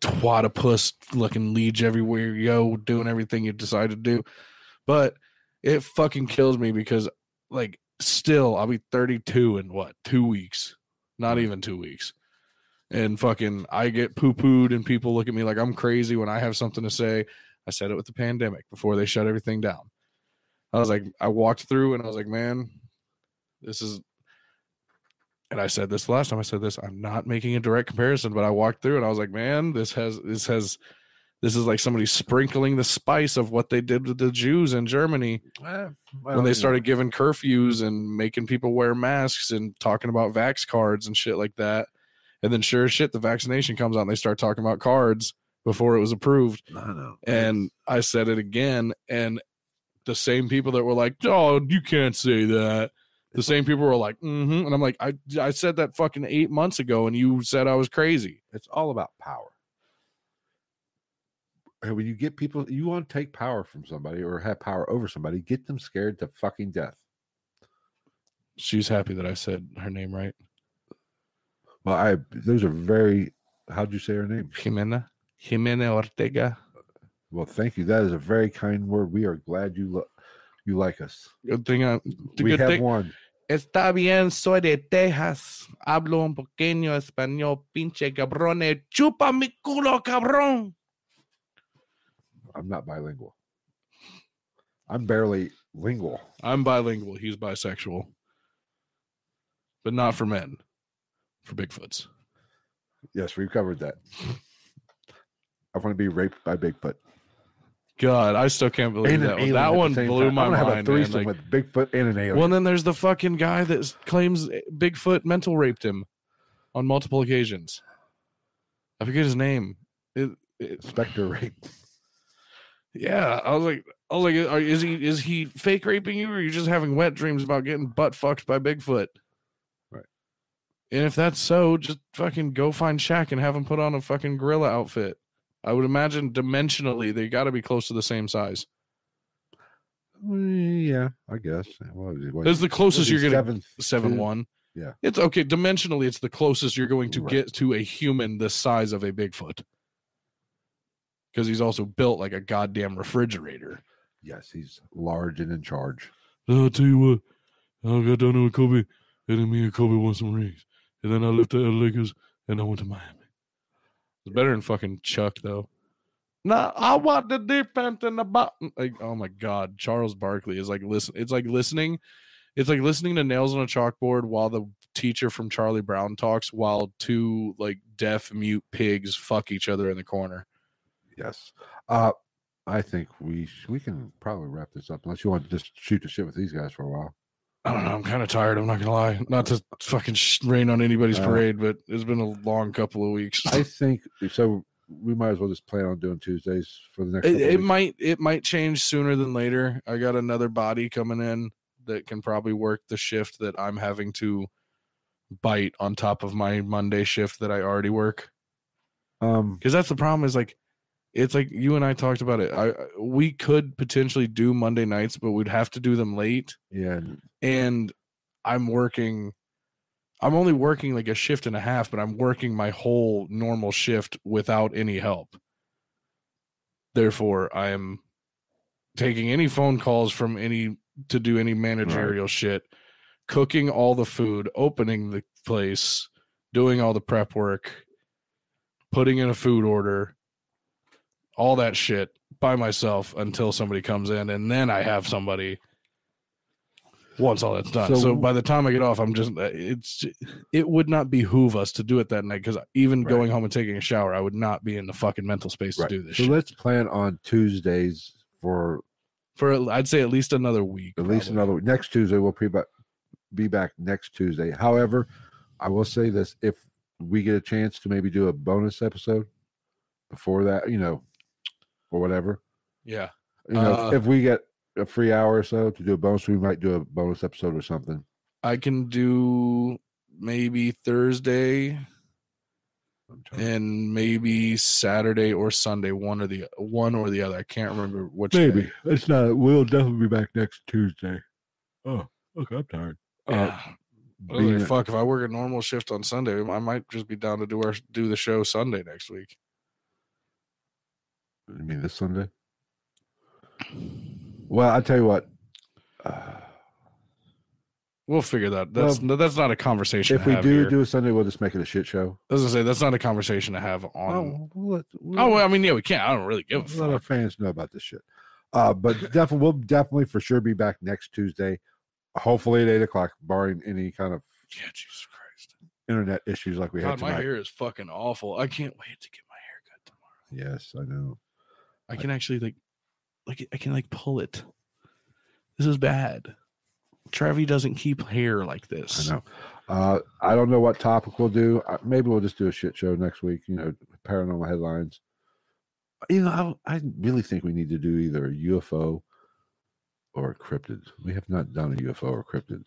twatapus looking leech everywhere you go, doing everything you decide to do. But it fucking kills me because, like, still, I'll be 32 in what, two weeks? Not even two weeks. And fucking, I get poo pooed and people look at me like I'm crazy when I have something to say. I said it with the pandemic before they shut everything down. I was like, I walked through and I was like, man, this is. And I said this last time. I said this. I'm not making a direct comparison, but I walked through and I was like, man, this has this has this is like somebody sprinkling the spice of what they did to the Jews in Germany Eh, when they started giving curfews and making people wear masks and talking about vax cards and shit like that. And then sure as shit, the vaccination comes out and they start talking about cards before it was approved. I know. And I said it again. And the same people that were like, oh, you can't say that. The same people were like, mm-hmm. And I'm like, I, I said that fucking eight months ago and you said I was crazy. it's all about power. And when you get people, you want to take power from somebody or have power over somebody, get them scared to fucking death. She's happy that I said her name right. Well, I those are very. How'd you say her name? Jimena. Jimena Ortega. Well, thank you. That is a very kind word. We are glad you lo- you like us. Good thing I we good have thing- one. Está bien, soy de Texas. Hablo un pequeño español, pinche cabrón. Chupa mi culo, cabrón. I'm not bilingual. I'm barely lingual. I'm bilingual. He's bisexual, but not for men, for Bigfoots. Yes, we've covered that. I want to be raped by Bigfoot. God, I still can't believe an that one. alien at That the one same blew time. my I'm gonna Have a mind. man. threesome Like, with Bigfoot and an alien. well, then there's the fucking guy that s- claims Bigfoot mental raped him on multiple occasions. I forget his name. It, it, Spectre rape. Yeah, I was like, I was like, are, is he is he fake raping you, or are you just having wet dreams about getting butt fucked by Bigfoot? Right. And if that's so, just fucking go find Shaq and have him put on a fucking gorilla outfit. I would imagine dimensionally they got to be close to the same size. Mm, Yeah, I guess. What is he- what That's is the he- closest what you're is he, gonna seven, seven two? one. Yeah. it's okay. Dimensionally, it's the closest you're going to Right. get to a human the size of a Bigfoot, because he's also built like a goddamn refrigerator. Yes, he's large and in charge. Then I'll tell you what, I got down there with Kobe, and then me and Kobe won some rings. And then I left the LA Lakers, and I went to Miami. It's better than fucking Chuck though. Nah, I want the defense in the bottom. Like, oh my god, Charles Barkley is like listen. It's like listening. It's like listening to nails on a chalkboard while the teacher from Charlie Brown talks, while two like deaf mute pigs fuck each other in the corner. Yes. Uh, I think we sh- we can probably wrap this up unless you want to just shoot the shit with these guys for a while. I don't know. I'm kind of tired. I'm not gonna lie. Not to fucking sh- rain on anybody's Uh, parade, but it's been a long couple of weeks. [laughs] I think so. We might as well just plan on doing Tuesdays for the next. it, couple it weeks. might it might change sooner than later i got another body coming in that can probably work the shift that i'm having to bite on top of my monday shift that i already work Um, because that's the problem is like it's like you and i talked about it i I- we could potentially do monday nights but we'd have to do them late yeah, and and i'm working i'm only working like a shift and a half but i'm working my whole normal shift without any help therefore i am taking any phone calls from any to do any managerial shit cooking all the food opening the place doing all the prep work putting in a food order all that shit by myself until somebody comes in and then i have somebody once all that's done so, So- by the time i get off i'm just it's it would not behoove us to do it that night because even Right. going home and taking a shower i would not be in the fucking mental space right. to do this so shit. let's plan on Tuesdays for for i'd say at least another week at least probably. another week. Next Tuesday, we'll pre be back next Tuesday. However, I will say this: if we get a chance to maybe do a bonus episode before that, you know, or whatever, yeah you know, if- Uh, if we get a free hour or so to do a bonus, we might do a bonus episode or something. i can do maybe thursday I'm trying- and maybe saturday or sunday one or the one or the other i can't remember which Maybe day. it's not. We'll definitely be back next Tuesday. Oh, look, I'm tired. Yeah. Ah, I was like, being a- fuck if i work a normal shift on sunday i might just be down to do our do the show sunday next week I mean, this Sunday. Well, I tell you what. Uh, we'll figure that that's no, that's not a conversation if to we have do here. do a Sunday, we'll just make it a shit show. I was gonna say that's not a conversation to have on. Oh, we'll let- we'll Oh, well, I mean, yeah, we can't. I don't really give a let our fuck. fans know about this shit. Uh, [laughs] but definitely, we'll definitely for sure be back next Tuesday, hopefully at eight o'clock, barring any kind of Yeah, Jesus Christ. internet issues like we had God, my tonight. hair is fucking awful. I can't wait to get my hair cut tomorrow. Yes, I know. I can actually like like I can like pull it. This is bad. Travi doesn't keep hair like this. I know. Uh, I don't know what topic we'll do. Uh, Maybe we'll just do a shit show next week. You know, paranormal headlines. You know, I, I really think we need to do either a UFO or a cryptid. We have not done a UFO or cryptid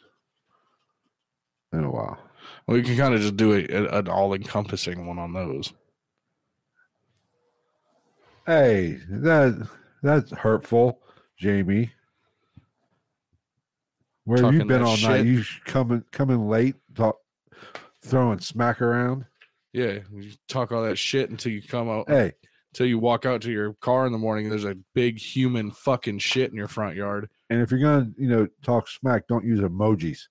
in a while. We can kind of just do a, a- an all encompassing one on those. Hey, that that's hurtful, Jamie. Where have you Talking been that all night? shit. You coming coming late, talk, throwing smack around. Yeah, you talk all that shit until you come out, Hey, until you walk out to your car in the morning. And there's a big human fucking shit in your front yard. and if you're gonna, you know, talk smack, don't use emojis.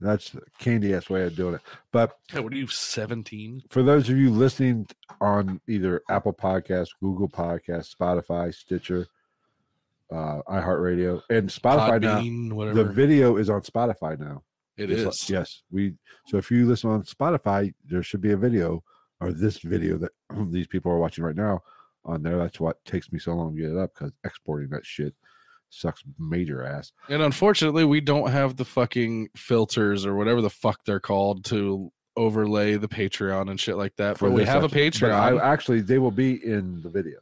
That's the candy ass way of doing it. But Yeah, what are you, 17? for those of you listening on either Apple Podcasts, Google Podcasts, Spotify, Stitcher, uh, iHeartRadio, and Spotify Podbean, now, the whatever. video is on Spotify now. it It's like- is. yes, we. So if you listen on Spotify, there should be a video or this video that [clears throat] these people are watching right now on there. That's what takes me so long to get it up because exporting that shit sucks major ass. And unfortunately, we don't have the fucking filters or whatever the fuck they're called to overlay the Patreon and shit like that. for But we this have a episode. But I Patreon. actually they will be in the video.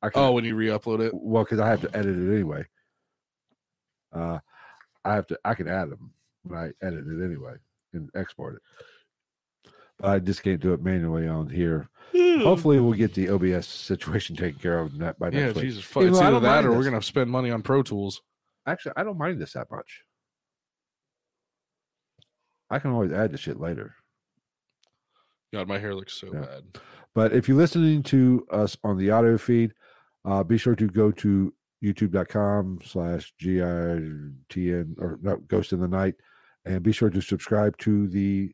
I can, oh, when you re upload it. well, because I have to edit it anyway. Uh, I have to. I can add them when I edit it anyway and export it. But I just can't do it manually on here. Hmm. Hopefully, we'll get the OBS situation taken care of ne- by Yeah, next week. Jesus. Fuck. Even It's though I either don't that mind or we're this. going to spend money on Pro Tools. Actually, I don't mind this that much. I can always add the shit later. God, my hair looks so Yeah. bad. But if you're listening to us on the audio feed, uh, be sure to go to youtube.com slash GITN or no, Ghost in the Night and be sure to subscribe to the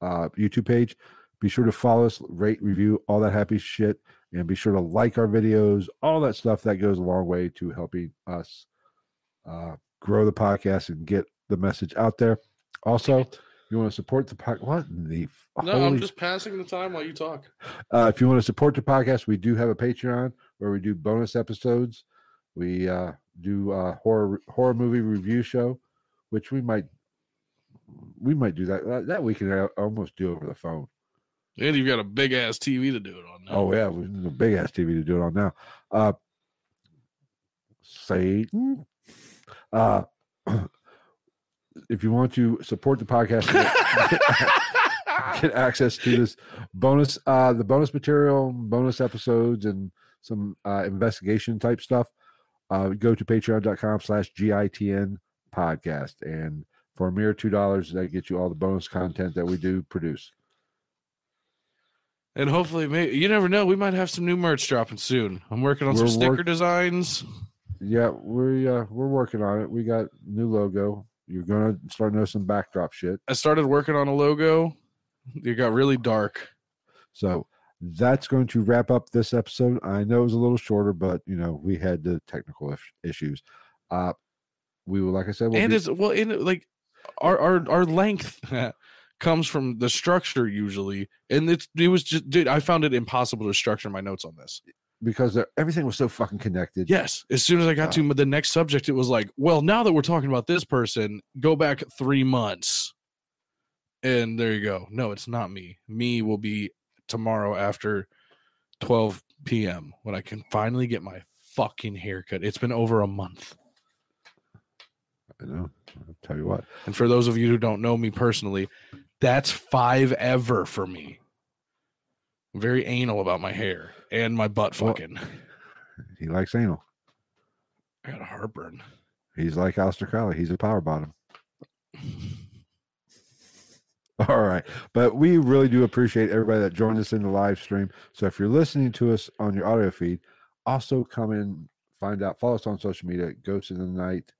uh, YouTube page. Be sure to follow us, rate, review, all that happy shit. And be sure to like our videos, all that stuff that goes a long way to helping us uh, grow the podcast and get the message out there. Also, you want to support the podcast? What in the f- No, I'm holy just passing the time while you talk. uh, if you want to support the podcast, we do have a Patreon where we do bonus episodes. We uh, do uh, horror horror movie review show, which we might we might do that that- that we can al- almost do over the phone. And you've got a big ass TV to do it on now. Oh yeah, we need a big ass TV to do it on now. Uh, Satan. Uh, [clears throat] if you want to support the [laughs] podcast, and get- [laughs] get access to this bonus uh the bonus material bonus episodes and some uh investigation type stuff uh go to patreon.com slash gitn podcast and for a mere two dollars that gets you all the bonus content that we do produce and hopefully, maybe, you never know. We might have some new merch dropping soon. I'm working on some We're sticker work- designs. yeah we uh we're working on it we got new logo you're gonna start noticing backdrop shit I started working on a logo. It got really dark. so that's going to wrap up this episode i know it was a little shorter but you know we had the technical is- issues uh we will like i said we'll and be- it's well in like our our our length [laughs] comes from the structure usually and it's, it was just dude i found it impossible to structure my notes on this because they're- everything was so fucking connected. yes as soon as i got to the next subject it was like well now that we're talking about this person go back three months and there you go no it's not me me will be tomorrow after 12 p.m when i can finally get my fucking haircut it's been over a month I know. I'll tell you what. And for those of you who don't know me personally, that's five ever for me. I'm very anal about my hair and my butt Well- fucking. He likes anal. I got a heartburn. He's like Alistair Crowley. He's a power bottom. [laughs] All right. But we really do appreciate everybody that joined us in the live stream. So if you're listening to us on your audio feed, also come in, find out, follow us on social media, Ghosts in the Night.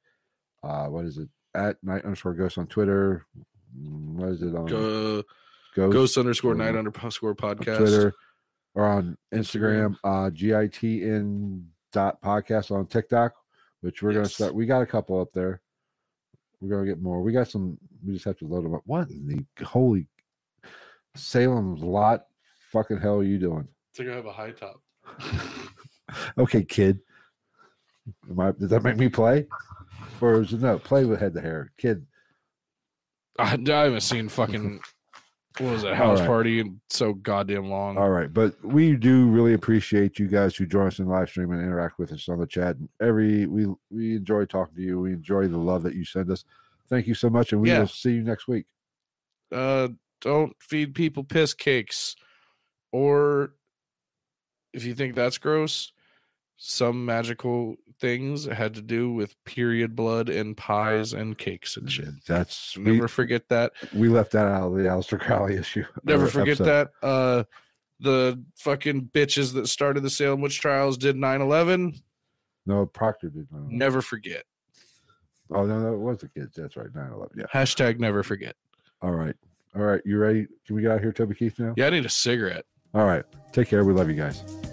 Uh, what is it? At night underscore ghost on Twitter. Mm, What is it on Go, Ghost, ghost underscore night uh, underscore on podcast. Twitter or on Instagram? Uh, GITN dot podcast on TikTok, which we're gonna Yes. start. We got a couple up there. We're gonna get more. We got some. We just have to load them up. What in the holy Salem's lot? Fucking hell, are you doing? It's like I have a high top. Okay, kid. Am I, does that make me play? Or is it no? Play with head to hair, kid. [laughs] I, I haven't seen fucking what was that house Alright. party in so goddamn long. All right, but we do really appreciate you guys who join us in live stream and interact with us on the chat. Every we we enjoy talking to you. We enjoy the love that you send us. Thank you so much, and we Yeah. will see you next week. Uh, don't feed people piss cakes, or if you think that's gross, some magical things had to do with period blood and pies and cakes and shit. That's we, Never forget that. we left that out of the Aleister Crowley issue. [laughs] Never or forget episode. that. Uh, the fucking bitches that started the Salem witch trials did 9/11. No, Proctor did. not Never forget. Oh no, no, it was the kids. That's right. 9-11. Yeah. Hashtag never forget. All right. All right. You ready? Can we get out of here, Toby Keith? Now. Yeah, I need a cigarette. All right. Take care. We love you guys.